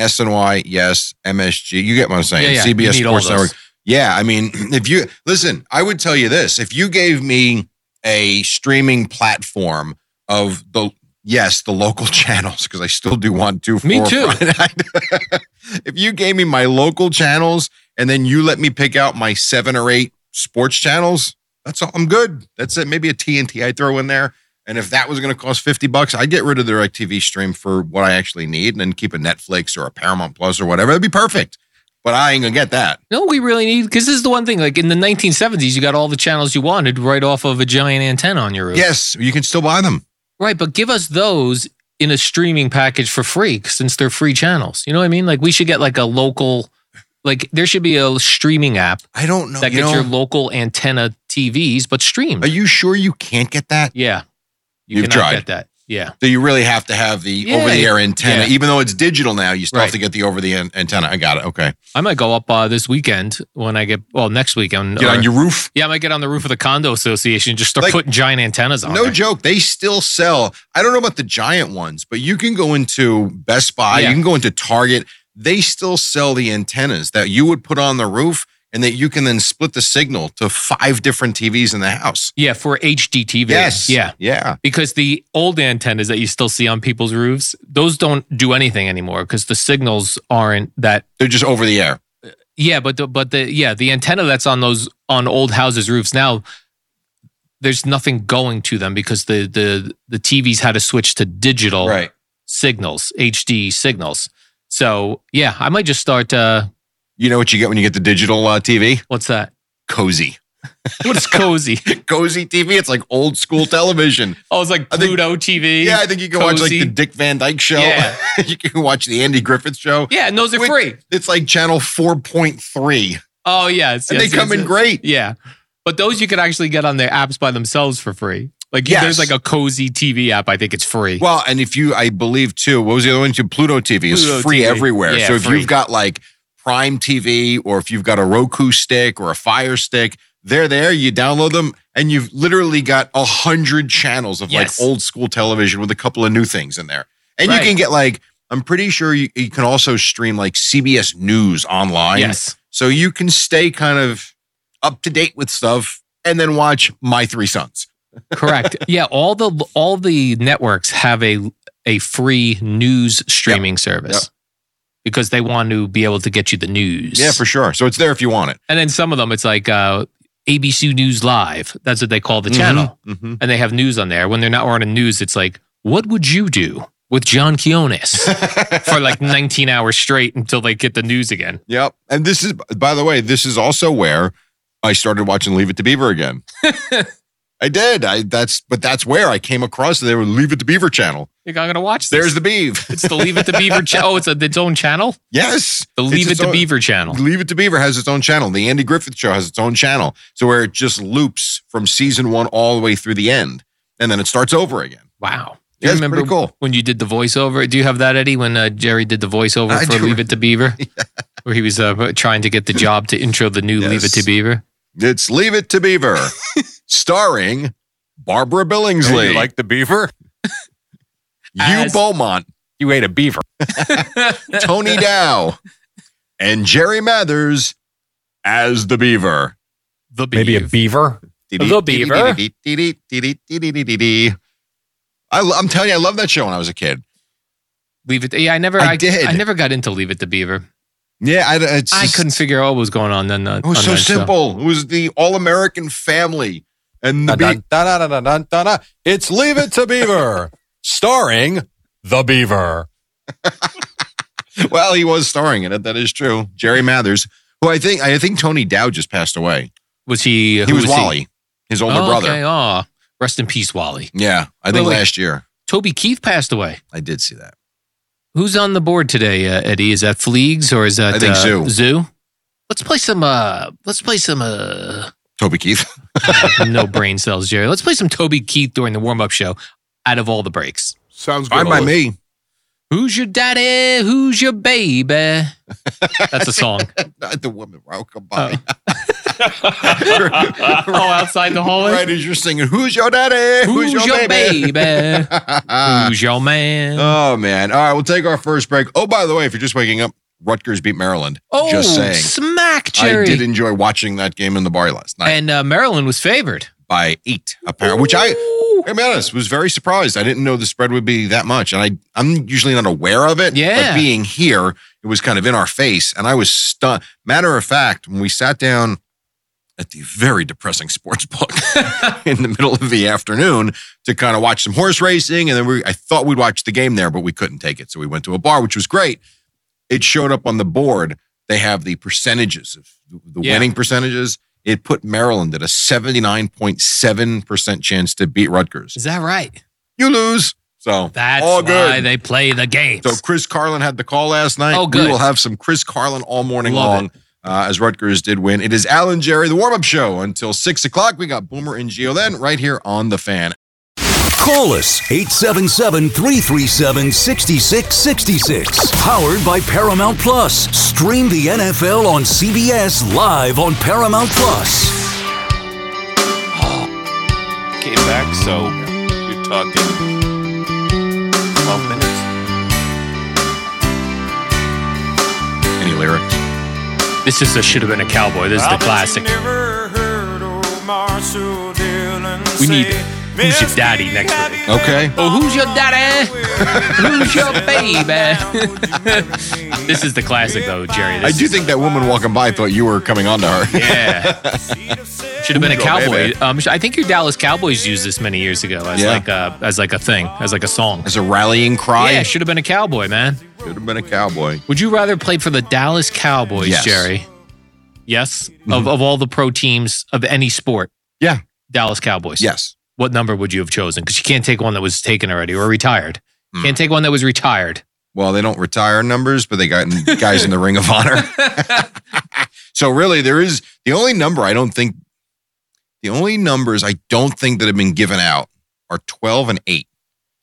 SNY, yes, MSG, you get what I'm saying? Yeah, yeah, you CBS need all Sports those. Network. Yeah, I mean, if you listen, I would tell you this: if you gave me a streaming platform of the yes, the local channels, because I still do want two. Me four, too. five, nine. if you gave me my local channels and then you let me pick out my seven or eight sports channels, that's all. I'm good. That's it. Maybe a TNT I throw in there, And if that was going to cost 50 bucks, I'd get rid of their TV stream for what I actually need and then keep a Netflix or a Paramount Plus or whatever. That'd be perfect. But I ain't going to get that. No, we really need because this is the one thing. Like in the 1970s, you got all the channels you wanted right off of a giant antenna on your roof. Yes, you can still buy them. Right, but give us those in a streaming package for free since they're free channels. You know what I mean? Like we should get like a local, like there should be a streaming app I don't know. that you gets know, your local antenna TVs, but streamed. are you sure you can't get that? yeah, you You've cannot tried. get that. Yeah, So you really have to have the Yeah. over the air antenna, Yeah. even though it's digital now. You still Right. have to get the over the an- antenna. I got it. Okay, I might go up uh, this weekend when I get well next weekend. get or- on your roof. yeah, I might get on the roof of the condo association and just start Like- putting giant antennas on. No there. joke. They still sell. I don't know about the giant ones, but you can go into Best Buy. Yeah. You can go into Target. They still sell the antennas that you would put on the roof, and that you can then split the signal to five different TVs in the house. Yeah, for HDTV. Yes. Yeah. Yeah. because the old antennas that you still see on people's roofs, those don't do anything anymore because the signals aren't that. They're just over the air. Yeah, but the, but the yeah the antenna that's on those on old houses roofs now, there's nothing going to them because the the the TVs had to switch to digital signals, HD signals. So yeah, I might just start. Uh, You know what you get when you get the digital uh, TV? what's that? Cozy. What's cozy? Cozy TV. It's like old school television. oh, it's like I think- Pluto TV. Yeah, I think you can watch like Cozy. the Dick Van Dyke show. Yeah. you can watch the Andy Griffith show. yeah, and those are Wait. free. It's like channel 4.3. And Oh yes, yes, they come yes, in yes. great. Yeah. But those you could actually get on their apps by themselves for free. Like Yes. there's like a cozy TV app. I think it's free. Well, and if you, I believe too, what was the other one? Pluto TV is Pluto free TV. everywhere. Yeah, so if free. you've got like Prime TV or if you've got a Roku stick or a Fire stick, they're there. You download them and you've literally got a hundred channels of Yes. like old school television with a couple of new things in there. And Right. you can get like, I'm pretty sure you, you can also stream like CBS News online. yes. So you can stay kind of up to date with stuff and then watch My Three Sons. Correct. yeah, all the all the networks have a a free news streaming service. Yep. Because they want to be able to get you the news. Yeah, for sure. So it's there if you want it. And then some of them it's like uh ABC News Live. That's what they call the channel. Mm-hmm. And they have news on there. When they're not on a news, it's like, what would you do with John Keonis for like 19 hours straight until they get the news again? Yep. And this is, by the way, this is also where I started watching Leave It to Beaver again. I did. I that's but that's where I came across. They were Leave It to Beaver channel. Like, I'm gonna watch this. There's the Beav. It's the Leave It to Beaver channel. Oh, it's a, its own channel. Yes, The It's Leave It its to own- Beaver channel. Leave It to Beaver has its own channel. The Andy Griffith Show has its own channel. So where it just loops from season one all the way through the end, and then it starts over again. Wow. Do Yeah, it's pretty cool. when you did the voiceover? Do you have that, Eddie? When uh, Jerry did the voiceover I for do. Leave It to Beaver, where he was uh, trying to get the job to intro the new Leave It to Yes. Beaver. It's Leave It to Beaver, starring Barbara Billingsley, You like the beaver? Hugh As- Beaumont, You ate a beaver. Tony Dow, and Jerry Mathers as the Beaver. The Maybe a beaver. The Beaver? I, lo- I'm telling you, I loved that show when I was a kid. Leave It. Yeah, I never. I I, did. I never got into Leave It to Beaver. Yeah, I, it's I just- couldn't figure out what was going on then. uh, It was on so that show. simple. It was the All American Family and the Dun, Beaver. dun, dun, dun, dun, dun, dun, dun. It's Leave It to Beaver, starring the beaver. Well, he was starring in it. That is true. Jerry Mathers, who I think I think Tony Dow just passed away. Was he? uh, He who was, Wally, his older oh, brother. Okay. Oh, rest in peace, Wally. Yeah, I think Really? last year Toby Keith passed away. I did see that. Who's on the board today, uh, Eddie? Is that Fleegs or is that I think uh, Zoo. Let's play some. uh Let's play some. uh Toby Keith. No brain cells, Jerry. Let's play some Toby Keith during the warm up show. Out of all the breaks, Sounds good. Fine by Olive. me. who's your daddy? Who's your baby? That's a song. Not the woman. Wow, come by. oh, outside the hallway. right as you're singing, who's your daddy? Who's, your, baby? Uh, who's your man? oh man. All right, we'll take our first break. Oh, by the way, if you're just waking up, Rutgers beat Maryland. oh, just saying. smack, I Jerry. did enjoy watching that game in the bar last night and uh, Maryland was favored. by eight, apparently, which I Ooh. I'll be honest, was very surprised. I didn't know the spread would be that much, and I I'm usually not aware of it. Yeah. but being here, it was kind of in our face, and I was stunned. Matter of fact, when we sat down at the very depressing sports book in the middle of the afternoon to kind of watch some horse racing. And then we, I thought we'd watch the game there, but we couldn't take it. So we went to a bar, which was great. It showed up on the board. They have the percentages of the Yeah. winning percentages. It put Maryland at a 79.7% chance to beat Rutgers. Is that right? You lose. So That's all good. why they play the games. So Chris Carlin had the call last night. Oh, good. We will have some Chris Carlin all morning Love long. Uh, as Rutgers did win. It is Alan Jerry, the warm up show until six o'clock. We got Boomer and Geo then right here on The Fan. Call us 877 337 6666. Powered by Paramount Plus. Stream the NFL on CBS live on Paramount Plus. Came back, so you're talking 12 minutes. Any lyrics? this is a should have been a cowboy. This is the classic. We need Who's Your Daddy next week. Okay. Oh, who's your daddy? who's your baby? this is the classic, though, Jerry. I This do think that woman walking by thought you were coming on to her. Yeah. Should have been a Ooh, cowboy. baby. Um, I think your Dallas Cowboys used this many years ago as Yeah. like a as like a thing, as like a song. As a rallying cry. Yeah, should have been a cowboy, man. Should have been a cowboy. Would you rather play for the Dallas Cowboys, Yes. Mm-hmm. Jerry? Yes. Of of all the pro teams of any sport, Yeah. Dallas Cowboys. Yes. What number would you have chosen? Because you can't take one that was taken already or retired. Hmm. Can't take one that was retired. Well, they don't retire numbers, but they got guys in the Ring of Honor. so really, there is the only number I don't think, the only numbers I don't think that have been given out are twelve and eight.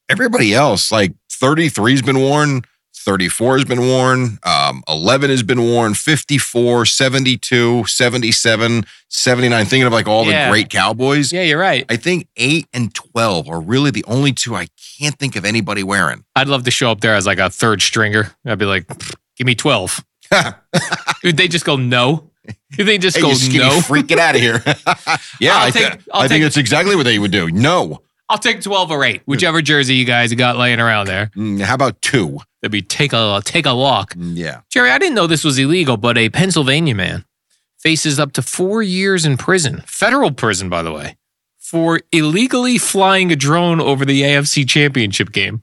Everybody else, like thirty three, has been worn. 34 has been worn, um, 11 has been worn, 54, 72, 77, 79. Thinking of like all Yeah. the great Cowboys. Yeah, you're right. I think 8 and 12 are really the only two I can't think of anybody wearing. I'd love to show up there as like a third stringer. I'd be like, give me 12. Dude, they just go no. They just Hey, go you skinny no. freak, get out of here. yeah, I'll I, thi- take- I'll I take- think that's exactly what they would do. No. I'll take 12 or 8, whichever jersey you guys got laying around there. Mm, how about two? That'd be take a take a walk. Mm, Yeah. Jerry, I didn't know this was illegal, but a Pennsylvania man faces up to 4 years in prison, federal prison by the way, for illegally flying a drone over the AFC Championship game.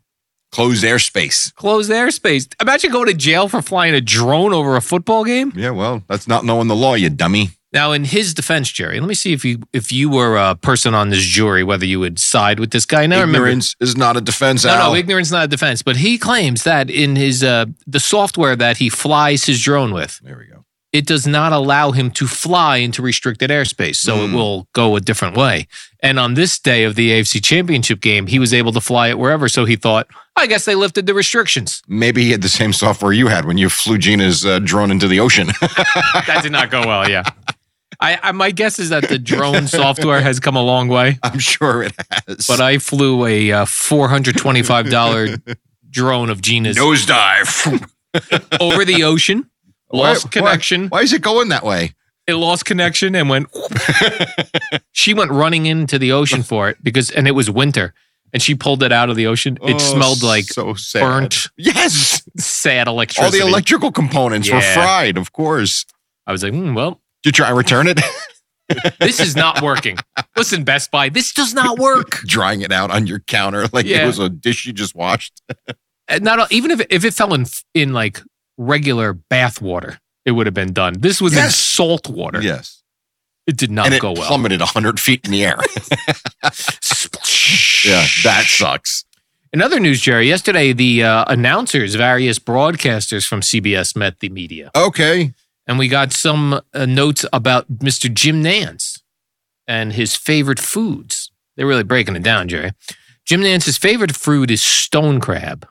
Closed airspace. Closed airspace. Imagine going to jail for flying a drone over a football game. Yeah, well, that's not knowing the law, you dummy. Now, in his defense, Jerry, let me see if you if you were a person on this jury, whether you would side with this guy. Now, remember, Ignorance is not a defense, no, Al. no, ignorance not a defense. But he claims that in his uh, the software that he flies his drone with, there we go. it does not allow him to fly into restricted airspace, so it will go a different way. And on this day of the AFC Championship game, he was able to fly it wherever. So he thought, I guess they lifted the restrictions. Maybe he had the same software you had when you flew Gina's uh, drone into the ocean. That did not go well. Yeah. I, I, my guess is that the drone software has come a long way. I'm sure it has. but I flew a uh, four hundred twenty-five dollar drone of Gina's Nosedive. over the ocean. Lost Why- connection. Why, why is it going that way? It lost connection and went. she went running into the ocean for it because, and it was winter, and she pulled it out of the ocean. It Oh, smelled like so sad. burnt, Yes. sad All electricity. the electrical components were Yeah. fried, of course. I was like, hmm, well, Did you try and return it? this is not working. Listen, Best Buy, this does not work. drying it out on your counter like Yeah. it was a dish you just washed. And Uh, not even if if it fell in in like regular bath water, it would have been done. This was in Yes. salt water. Yes. It did not and it go well. plummeted 100 feet in the air. yeah, that sucks. In other news, Jerry, yesterday the uh, announcers, various broadcasters from CBS met the media, Okay. and we got some uh, notes about Mr. Jim Nance and his favorite foods. They're really breaking it down, Jerry. Jim Nance's favorite food is stone crab.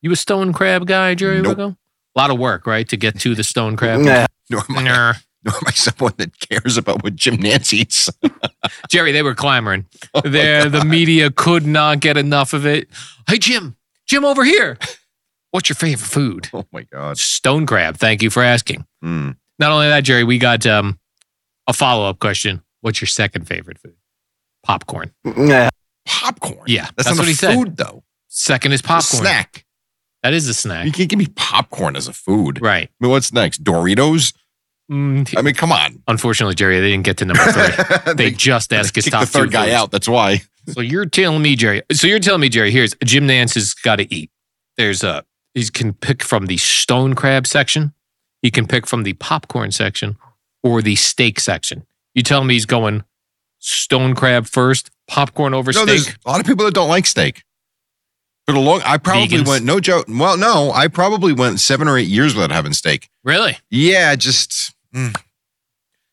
You a stone crab guy, Jerry Nope. Wigo? A lot of work, right, to get to the stone crab? Nor am, I, Nah. nor am I someone that cares about what Jim Nance eats. Jerry, they were clamoring. Oh, there, the media could not get enough of it. Hey, Jim, Jim over here. What's your favorite food? Oh my God. Stone crab. Thank you for asking. Mm. Not only that, Jerry, we got um, a follow up question. What's your second favorite food? Popcorn. Popcorn. Yeah, That's, that's not what a he said. food, though. Second is It's a popcorn. snack. That is a You snack. can't give me popcorn as a food. Right. I mean, what's next? Doritos? I mean, come on. Unfortunately, Jerry, they didn't get to number three. they, just asked Kick Gustavo. the third guy out. That's why. So you're telling me, Jerry. So you're telling me, Jerry. Here's Jim Nance has got to eat. There's a he can pick from the stone crab section. He can pick from the popcorn section or the steak section. You tell me he's going stone crab first, popcorn over No, there's steak. a lot of people that don't like steak. But a long, I probably Vegans? went no joke. Well, no, I probably went seven or eight years without having steak. Really? Yeah, just mm.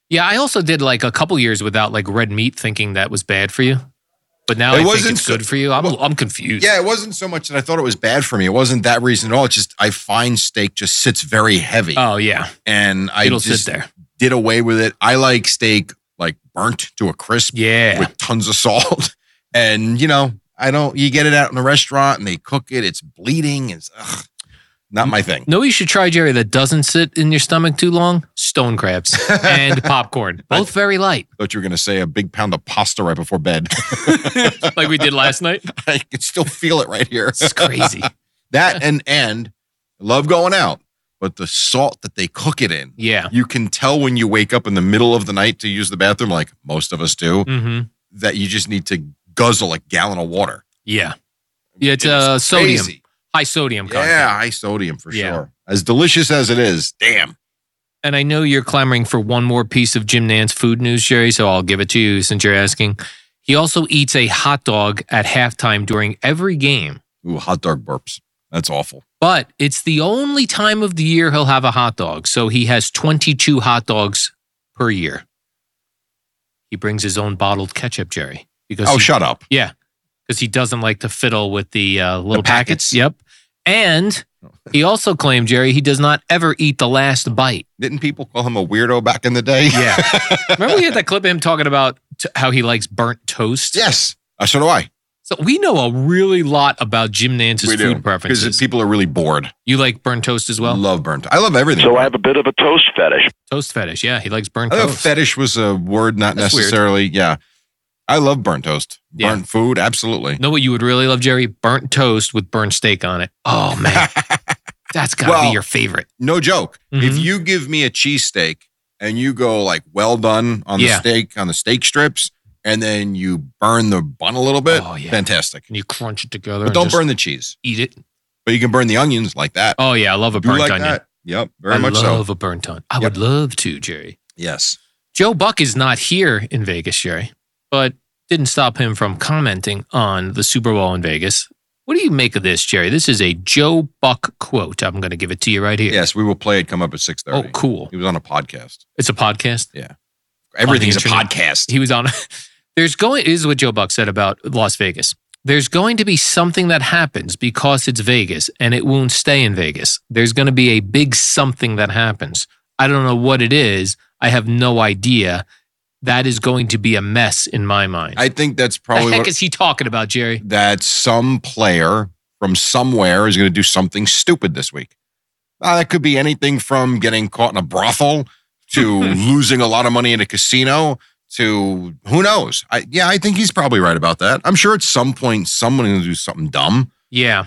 Yeah, I also did like a couple years without like red meat, thinking that was bad for you. But now It I think wasn't it's so- good for you. I'm I'm confused. yeah. It wasn't so much that I thought it was bad for me. It wasn't that reason at all. It's just I find steak just sits very heavy, Oh yeah, and I it'll just sit there. did away with it. I like steak like burnt to a crisp. Yeah. with tons of salt. And you know, I don't. You get it out in the restaurant, and they cook it. It's bleeding. It's ugh, not my thing. No, you should try Jerry that doesn't sit in your stomach too long. Stone crabs and popcorn, both very light, Thought you were gonna say a big pound of pasta right before bed. like we did last night. I can still feel it right here. It's crazy. that and and love going out, but the salt that they cook it in, Yeah. you can tell when you wake up in the middle of the night to use the bathroom, like most of us do, hmm that you just need to guzzle a gallon of water. Yeah. Yeah, it's It is uh, sodium, crazy. high sodium content. Yeah, high sodium for Yeah. sure. As delicious as it is, damn. And I know you're clamoring for one more piece of Jim Nance food news, Jerry, so I'll give it to you since you're asking. He also eats a hot dog at halftime during every game, Ooh, hot dog burps. That's awful. but it's the only time of the year he'll have a hot dog. So he has 22 hot dogs per year. He brings his own bottled ketchup, Jerry, because Oh, he shut up. Yeah, because he doesn't like to fiddle with the uh, little packets? packets. Oh. Yep. And he also claimed, Jerry, he does not ever eat the last bite. Didn't people call him a weirdo back in the day? Yeah. Remember we had that clip of him talking about t- how he likes burnt toast? yes. Uh, so do I. So we know a really lot about Jim Nance's We do. food preferences. Because people are really bored. you like burnt toast as well? love burnt. I love everything. So I have a bit of a toast fetish. toast fetish. Yeah, he likes burnt I thought toast. fetish was a word, not That's weird. necessarily. Yeah. I love burnt toast, Yeah. burnt food. Absolutely. know what you would really love, Jerry? Burnt toast with burnt steak on it. Oh, man. That's got to Well, be your favorite. No joke. If Mhm. you give me a cheesesteak and you go like well done on the Yeah. steak, on the steak strips, and then you burn the bun a little bit, Oh, yeah. fantastic. And you crunch it together But and don't just burn the cheese. eat it. But you can burn the onions like that. Oh, yeah. I love a Do you burnt like onion. that? Yep. Very I much love so. a burnt onion. I would love to, Jerry. Yes. Joe Buck is not here in Vegas, Jerry, but didn't stop him from commenting on the Super Bowl in Vegas. What do you make of this, Jerry? This is a Joe Buck quote. I'm going to give it to you right here. Yes, we will play it come up at 6.30. Oh, cool. Oh, He was on a podcast. It's a podcast. Everything's a internet. podcast. He was on. There's going this is what Joe Buck said about Las Vegas. There's going to be something that happens because it's Vegas and it won't stay in Vegas. There's going to be a big something that happens. I don't know what it is. I have no idea. That is going to be a mess in my mind. I think that's the probably heck what, is he talking about, Jerry? that some player from somewhere is going to do something stupid this week. Uh, that could be anything from getting caught in a brothel to losing a lot of money in a casino to who knows. I, yeah, I think he's probably right about that. I'm sure at some point someone will do something dumb. Yeah.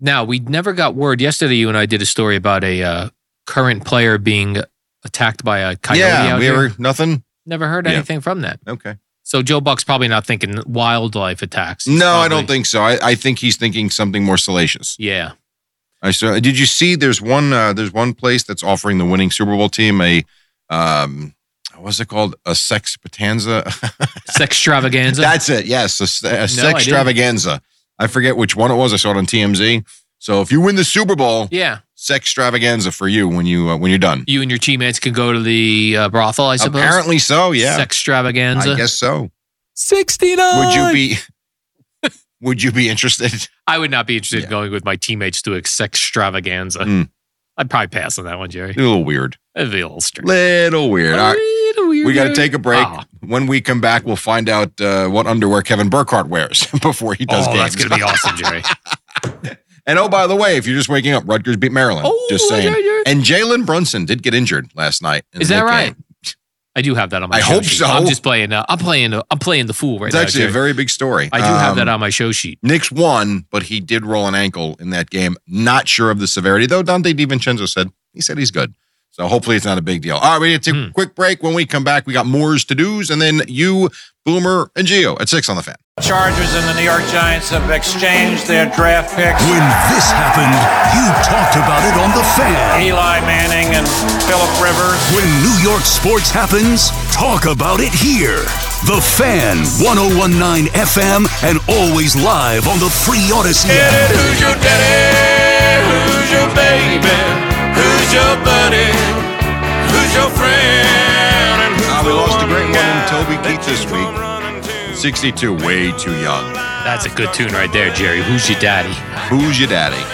Now we never got word. Yesterday, you and I did a story about a uh, current player being attacked by a coyote. yeah, out we here. were nothing. never heard Yeah. anything from that. Okay. So Joe Buck's probably not thinking wildlife attacks. He's No, I don't probably- think so. I, I think he's thinking something more salacious. Yeah. I saw. Did you see? There's one. Uh, there's one place that's offering the winning Super Bowl team a, um, what's it called? A sex patanza. Sextravaganza. That's it. Yes, a, a I sex didn't. extravaganza. I, forget which one it was. I saw it on TMZ. So if you win the Super Bowl, yeah. sex extravaganza for you when you uh, when you're done. You and your teammates can go to the uh, brothel, I suppose. Apparently so. Yeah, Sextravaganza. I guess so. 69. Would you be? would you be interested? I would not be interested Yeah. in going with my teammates to a sextravaganza. Hmm. I'd probably pass on that one, Jerry. A little weird. That'd be a little strange. Little weird. All right. We got to take a break. Ah. When we come back, we'll find out uh, what underwear Kevin Burkhardt wears before he does Oh, games. that's gonna be awesome, Jerry. And oh, by the way, if you're just waking up, Rutgers beat Maryland. Oh, just saying. yeah, yeah. And Jalen Brunson did get injured last night. in Is the that game. right? I do have that on my. I show hope sheet. so. I'm just playing. Uh, I'm playing. Uh, I'm playing the fool right It's now. actually a Jerry. very big story. I do have that Um, on my show sheet. Knicks won, but he did roll an ankle in that game. Not sure of the severity, though. Dante DiVincenzo said he said he's good. So hopefully it's not a big deal. All right, we need to Hmm. take a quick break. When we come back, we got Moore's to dos, and then you, Boomer, and Geo at six on the fan. Chargers and the New York Giants have exchanged their draft picks. When this happened, you talked about it on The Fan. Eli Manning and Philip Rivers. When New York sports happens, talk about it here. The Fan, 1019 FM, and always live on the Free Odyssey. app. Who's your daddy? Who's your baby? Who's your buddy? Who's your friend? And who's Uh, we the lost a one great one guy in Toby Keith this week. 62, way too young. That's a good tune right there, Jerry. Who's your daddy? Who's your daddy?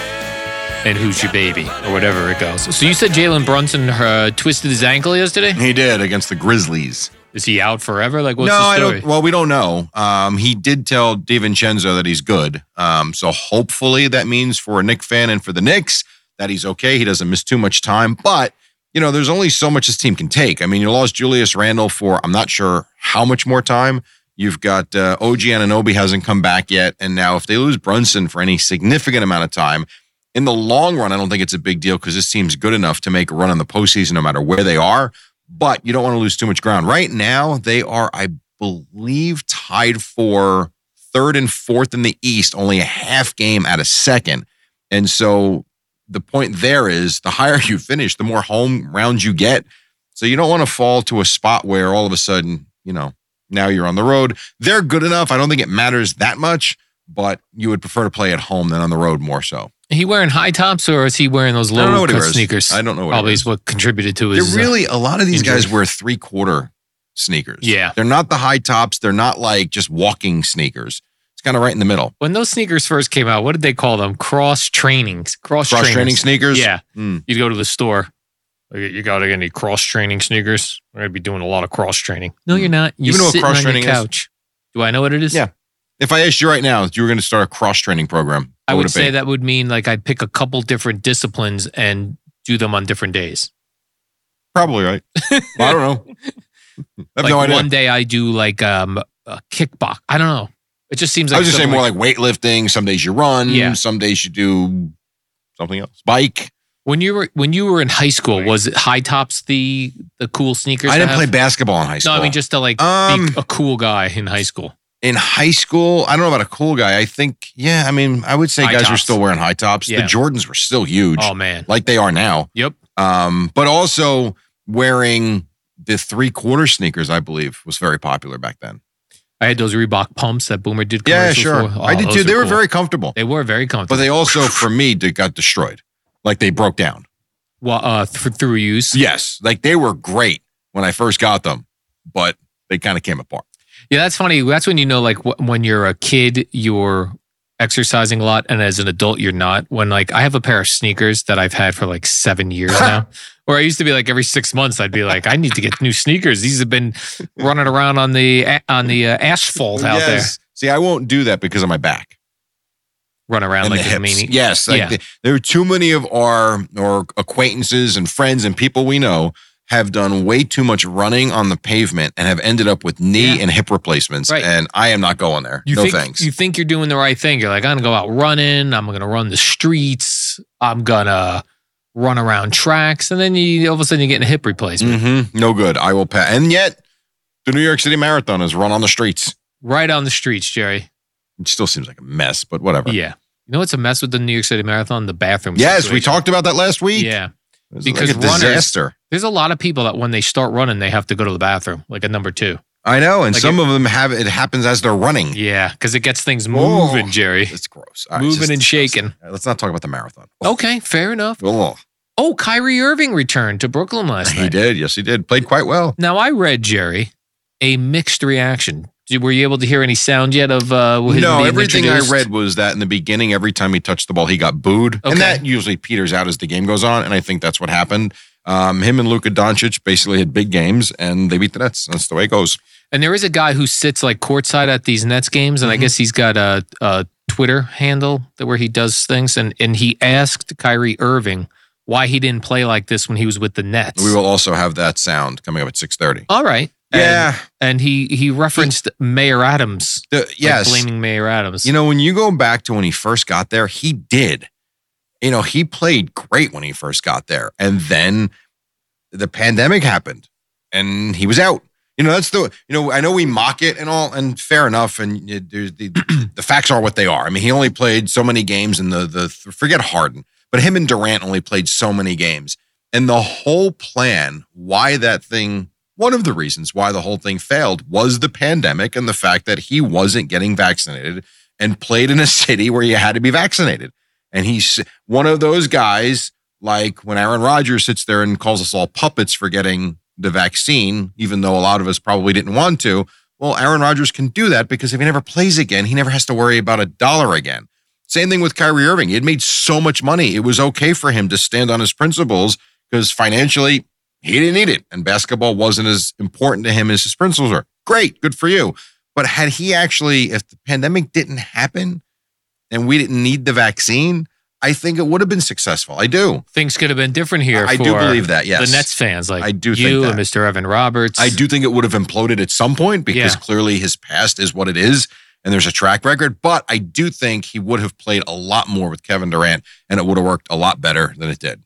And who's your baby, or whatever it goes. So you said Jalen Brunson uh, twisted his ankle yesterday? He did against the Grizzlies. Is he out forever? Like, what's no, the I story? don't. Well, we don't know. Um, he did tell DiVincenzo that he's good. Um, so hopefully that means for a Nick fan and for the Knicks that he's okay. He doesn't miss too much time, but you know, there's only so much this team can take. I mean, you lost Julius Randle for I'm not sure how much more time. You've got uh, OG Ananobi hasn't come back yet, and now if they lose Brunson for any significant amount of time, in the long run, I don't think it's a big deal because this team's good enough to make a run in the postseason no matter where they are. But you don't want to lose too much ground. Right now, they are, I believe, tied for third and fourth in the East, only a half game at a second. And so the point there is the higher you finish, the more home rounds you get. So you don't want to fall to a spot where all of a sudden, you know, now you're on the road. They're good enough. I don't think it matters that much, but you would prefer to play at home than on the road more so. he wearing high tops or is he wearing those I don't know low what he cut wears. sneakers? I don't know what he Probably is what contributed to his. uh, They're really a lot of these injury. guys wear three quarter sneakers. Yeah. They're not the high tops. They're not like just walking sneakers. It's kind of right in the middle. When those sneakers first came out, what did they call them? Cross trainings. Cross Cross training sneakers. Yeah. Mm. You'd go to the store. like, You got any cross training sneakers? We're going to be doing a lot of cross training. No, you're not. You You're know what sitting cross on your training is? couch. Do I know what it is? Yeah. If I asked you right now, if you were going to start a cross training program, I what would it say be? that would mean like I'd pick a couple different disciplines and do them on different days. probably right. Well, I don't know. I have like no idea. One day I do like um a kickbox. I don't know. It just seems like I was just saying something more like weightlifting. Some days you run. Yeah. Some days you do something else. Bike. When you were when you were in high school, was it high tops the the cool sneakers? I to didn't have? play basketball in high school. No, I mean just to like Um, be a cool guy in high school. in high school, I don't know about a cool guy. I think, yeah, I mean, I would say High guys were tops. still wearing high tops. The Yeah. Jordans were still huge, Oh man. like they are now. Yep. Um, but also wearing the three quarter sneakers, I believe, was very popular back then. I had those Reebok pumps that Boomer did. Yeah, commercials sure. for. Oh, I did those too. They are were cool. very comfortable, They were very but comfortable. they also, for me, they got destroyed. Like they broke down. well, uh, th- through use. Yes. Like they were great when I first got them, but they kind of came apart. Yeah, that's funny. That's when you know, like, wh- when you're a kid, you're exercising a lot, and as an adult, you're not. When, like, I have a pair of sneakers that I've had for like seven years now, or I used to be like every six months, I'd be like, I need to get new sneakers. These have been running around on the a- on the uh, asphalt out Yes. See, I won't do that because of my back. there, run around like a hips. meanie. Yes, like Yeah. the- there are too many of our or acquaintances and friends and people we know have done way too much running on the pavement and have ended up with knee Yeah. and hip replacements. Right. And I am not going there. You no think thanks. you think you're doing the right thing. You're like, I'm gonna go out running. I'm gonna run the streets. I'm gonna run around tracks, and then you all of a sudden you're getting a hip replacement Mhm. No good. I will pass. And yet, the New York City Marathon is run on the streets. right on the streets, Jerry. It still seems like a mess, but whatever. Yeah. You know what's a mess with the New York City Marathon? The bathroom. Yes, we situation. talked about that last week. Yeah. It was because like a runners- disaster. There's a lot of people that when they start running, they have to go to the bathroom, like a number two. I know, and Like some of them have it happens as they're running. Yeah. Because it gets things Oh. moving, Jerry. It's gross. All right, moving just- and shaking. All right, Let's not talk about the marathon. Okay. Fair enough. Oh, Oh, Kyrie Irving returned to Brooklyn last he night. did. Yes, he did. Played quite well. Now, I read, Jerry, a mixed reaction. Did- Were you able to hear any sound yet of uh, him no, being everything introduced? I read was that in the beginning, every time he touched the ball, he got booed, Okay. and that usually peters out as the game goes on. And I think that's what happened. Um, him and Luka Doncic basically had big games, and they beat the Nets. That's the way it goes. And there is a guy who sits like courtside at these Nets games, Mm-hmm. and I guess he's got a, a Twitter handle that where he does things. And and he asked Kyrie Irving why he didn't play like this when he was with the Nets. We will also have that sound coming up at six thirty. All right. And- Yeah, And, he he referenced Mayor Adams. the- like, yes. blaming Mayor Adams. You know, when you go back to when he first got there, he did. You know, he played great when he first got there. And then the pandemic happened and he was out. You know, that's the, you know, I know we mock it and all, and fair enough. And you- there's the, the facts are what they are. I mean, he only played so many games in the, the, forget Harden, but him and Durant only played so many games. And the whole plan, why that thing, one of the reasons why the whole thing failed was the pandemic and the fact that he wasn't getting vaccinated and played in a city where you had to be vaccinated. And he's one of those guys, like when Aaron Rodgers sits there and calls us all puppets for getting the vaccine, even though a lot of us probably didn't want to. Well, Aaron Rodgers can do that because if he never plays again, he never has to worry about a dollar again. Same thing with Kyrie Irving. He had made so much money. It was okay for him to stand on his principles because financially he didn't need it. And basketball wasn't as important to him as his principles were. Great. Good for you. But had he actually, if the pandemic didn't happen and we didn't need the vaccine, I think it would have been successful. I do. Things could have been different here. I do for believe that, yes. the Nets fans like I do think you that. and Mr. Evan Roberts. I do think it would have imploded at some point because Yeah. clearly his past is what it is and there's a track record. But I do think he would have played a lot more with Kevin Durant and it would have worked a lot better than it did.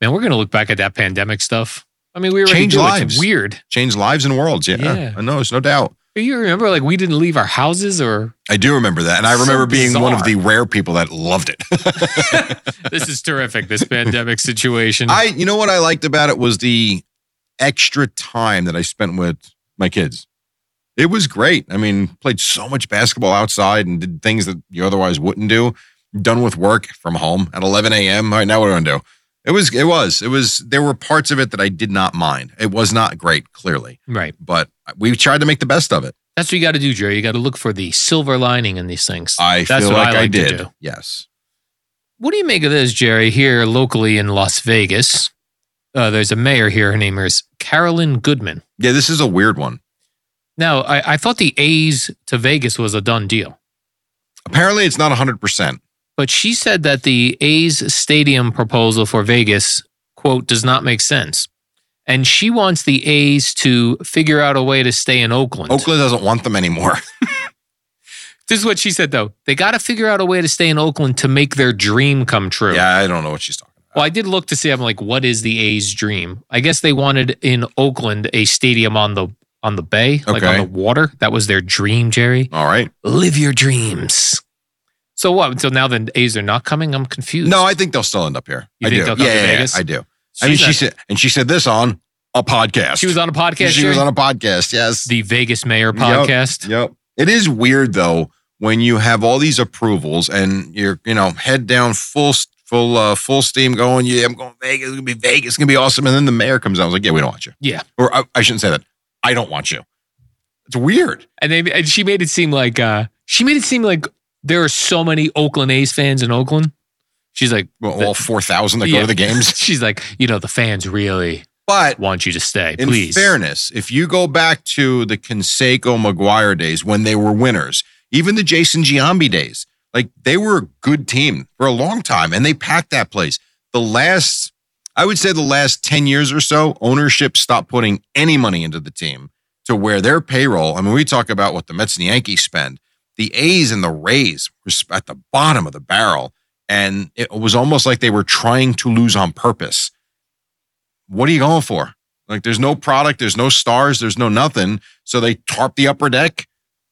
Man, we're gonna look back at that pandemic stuff. I mean, we already Change do. It's lives. weird. Change lives and worlds. Yeah. Yeah. I know. There's no doubt. You remember, like we didn't leave our houses, or I do remember that. And I So remember being one of bizarre. Mm-hmm. the rare people that loved it. this is terrific. This pandemic situation. I, you know what I liked about it was the extra time that I spent with my kids. It was great. I mean, played so much basketball outside and did things that you otherwise wouldn't do. Done with work from home at 11 a.m. All right, now what do I do? It was, it was, it was, there were parts of it that I did not mind. It was not great, clearly, right. but we tried to make the best of it. That's what you got to do, Jerry. You got to look for the silver lining in these things. I That's feel what like I, like to did. do. Yes. What do you make of this, Jerry? Here locally in Las Vegas, uh, there's a mayor here. Her name is Carolyn Goodman. Yeah, this is a weird one. Now, I, I thought the A's to Vegas was a done deal, Apparently, it's not 100%. but she said that the A's stadium proposal for Vegas, quote, does not make sense. And she wants the A's to figure out a way to stay in Oakland. Oakland doesn't want them anymore. This is what she said, though. They got to figure out a way to stay in Oakland to make their dream come true. yeah, I don't know what she's talking about. Well, I did look to see. I'm like, what is the A's dream? I guess they wanted in Oakland a stadium on the on the bay, like on Okay. the water. That was their dream, Jerry. All right. Live your dreams. So what? So now the A's are not coming. I'm confused. No, I think they'll still end up here. You I think do. they'll come yeah, to yeah, yeah, Vegas? I do. I mean, She's she not- said, and she said this on a podcast. she was on a podcast. She was Jerry? on a podcast. Yes, the Vegas Mayor Yep. podcast. Yep. It is weird though when you have all these approvals and you're you know head down full full uh, full steam going. Yeah, I'm going Vegas. It's gonna be Vegas. It's gonna be awesome. And then the mayor comes out. I was like, yeah, we don't want you. Yeah, Or I, I shouldn't say that. I don't want you. It's weird. and they and she made it seem like uh she made it seem like there are so many Oakland A's fans in Oakland. She's like, Well, all four thousand that go Yeah. to the games. she's like, you know, the fans really But want you to stay. In Please, fairness, if you go back to the Conseco Maguire days when they were winners, even the Jason Giambi days, like they were a good team for a long time and they packed that place. The last, I would say the last 10 years or so, ownership stopped putting any money into the team to where their payroll, I mean, we talk about what the Mets and the Yankees spend. The A's and the Rays were at the bottom of the barrel. And it was almost like they were trying to lose on purpose. What are you going for? Like there's no product, there's no stars, there's no nothing. So they tarp the upper deck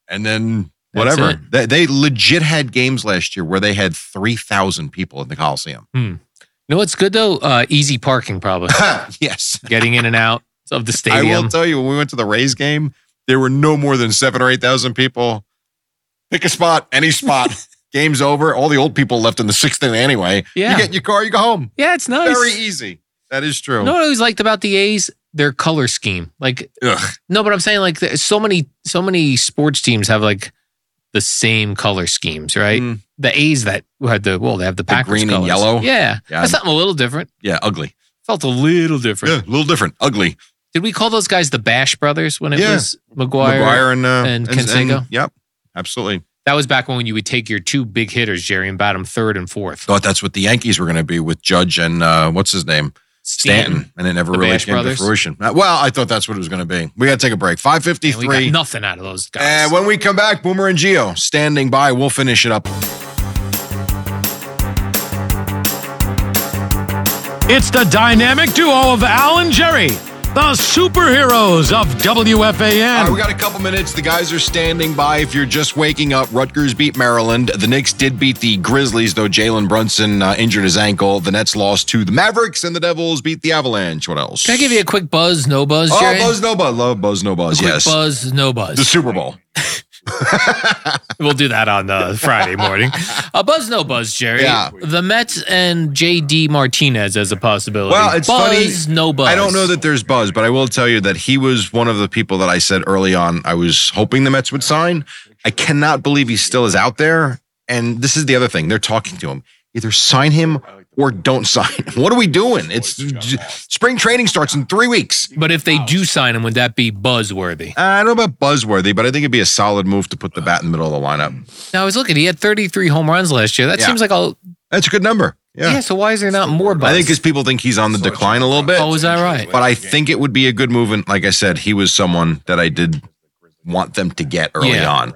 and then That's whatever. it. They, they legit had games last year where they had 3,000 people in the Coliseum. Hmm. You know what's good though? Uh, easy parking, probably yes. getting in and out of the I stadium. will tell you, when we went to the Rays game, there were no more than seven or 8,000 people. Pick a spot, any spot. Game's over. All the old people left in the sixth inning anyway. Yeah. You get in your car, you go home. yeah, it's nice. Very easy. That is true. You know what I always liked about the A's? Their color scheme. Like Ugh. no, but I'm saying like there's so many so many sports teams have like the same color schemes, right? Mm. The A's that had the well, they have the Packers green and colors. yellow? Yeah, Yeah. that's something a little different. Yeah, ugly. Felt a little different. Yeah, a little different. Ugly. Did we call those guys the Bash Brothers when it Yeah. was McGuire? McGuire and, uh, and Canseco? yep, absolutely. That was back when you would take your two big hitters, Jerry, and bat them third and fourth. Thought that's what the Yankees were going to be with Judge and uh, what's his name Stanton, and it never The really Bash came Brothers? to fruition. Uh, Well, I thought that's what it was going to be. We got to take a break. Five fifty And we got three. Eh, nothing out of those guys. And when we come back, Boomer and Geo standing by. We'll finish it up. It's the dynamic duo of Al and Jerry, the superheroes of WFAN. All right, we got a couple minutes. The guys are standing by. If you're just waking up, Rutgers beat Maryland. The Knicks did beat the Grizzlies, though Jalen Brunson uh, injured his ankle. The Nets lost to the Mavericks, and the Devils beat the Avalanche. What else? Can I give you a quick buzz, no buzz, oh, Jerry? Buzz No Buzz. Love Buzz No Buzz. Quick Yes. buzz, no buzz. The Super Bowl. we'll do that on uh, Friday morning. A buzz, no buzz, Jerry. Yeah. The Mets and JD Martinez as a possibility. Well, it's buzz, funny. no buzz. I don't know that there's buzz, but I will tell you that he was one of the people that I said early on I was hoping the Mets would sign. I cannot believe he still is out there. And this is the other thing they're talking to him. Either sign him or don't sign him. What are we doing? It's spring training starts in three weeks. But if they do sign him, would that be buzzworthy? I don't know about buzzworthy, but I think it'd be a solid move to put the bat in the middle of the lineup. Now I was looking; he had 33 home runs last year. That Yeah. seems like a that's a good number. Yeah. So why is there not more buzz? I think because people think he's on the decline a little bit. Oh, is that right? But I think it would be a good move. And like I said, he was someone that I did want them to get early Yeah. on.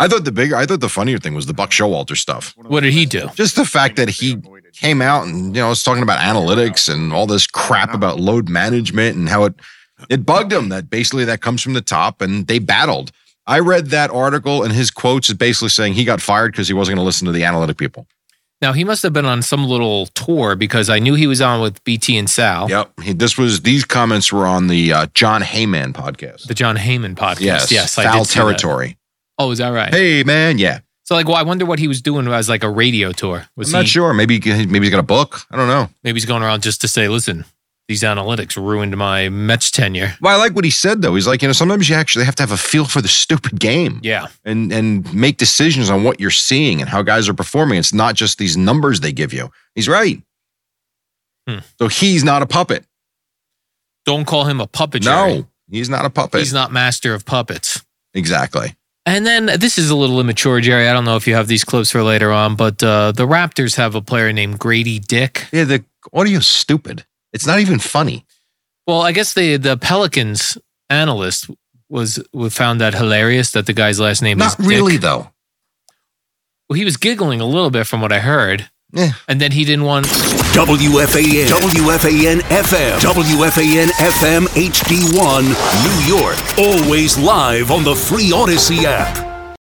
I thought the bigger, I thought the funnier thing was the Buck Showalter stuff. What did he do? Just the fact that he came out and you know was talking about analytics and all this crap about load management and how it it bugged him that basically that comes from the top and they battled. I read that article and his quotes is basically saying he got fired because he wasn't going to listen to the analytic people. Now he must have been on some little tour because I knew he was on with BT and Sal, Yep. He, this was these comments were on the uh, John Heyman podcast. the John Heyman podcast. Yes. yes, I Foul did see that. territory. Oh, is that right? Hey man, yeah. So like, well, I wonder what he was doing as like a radio tour. Was I'm not he, sure. Maybe maybe he's got a book. I don't know. Maybe he's going around just to say, listen, these analytics ruined my Mets tenure. Well, I like what he said though. He's like, you know, sometimes you actually have to have a feel for the stupid game. Yeah. And and make decisions on what you're seeing and how guys are performing. It's not just these numbers they give you. He's right. Hmm. So he's not a puppet. Don't call him a puppet. Jerry. No, he's not a puppet. He's not master of puppets. Exactly. And then this is a little immature, Jerry. I don't know if you have these clips for later on, but uh, the Raptors have a player named Grady Dick. Yeah, the audio's stupid. It's not even funny. Well, I guess the the Pelicans analyst was was found that hilarious that the guy's last name Not is Dick. really though. Well, he was giggling a little bit from what I heard. Yeah. And then he didn't want WFAN, WFAN FM, WFAN FM HD1, New York. Always live on the free Odyssey app.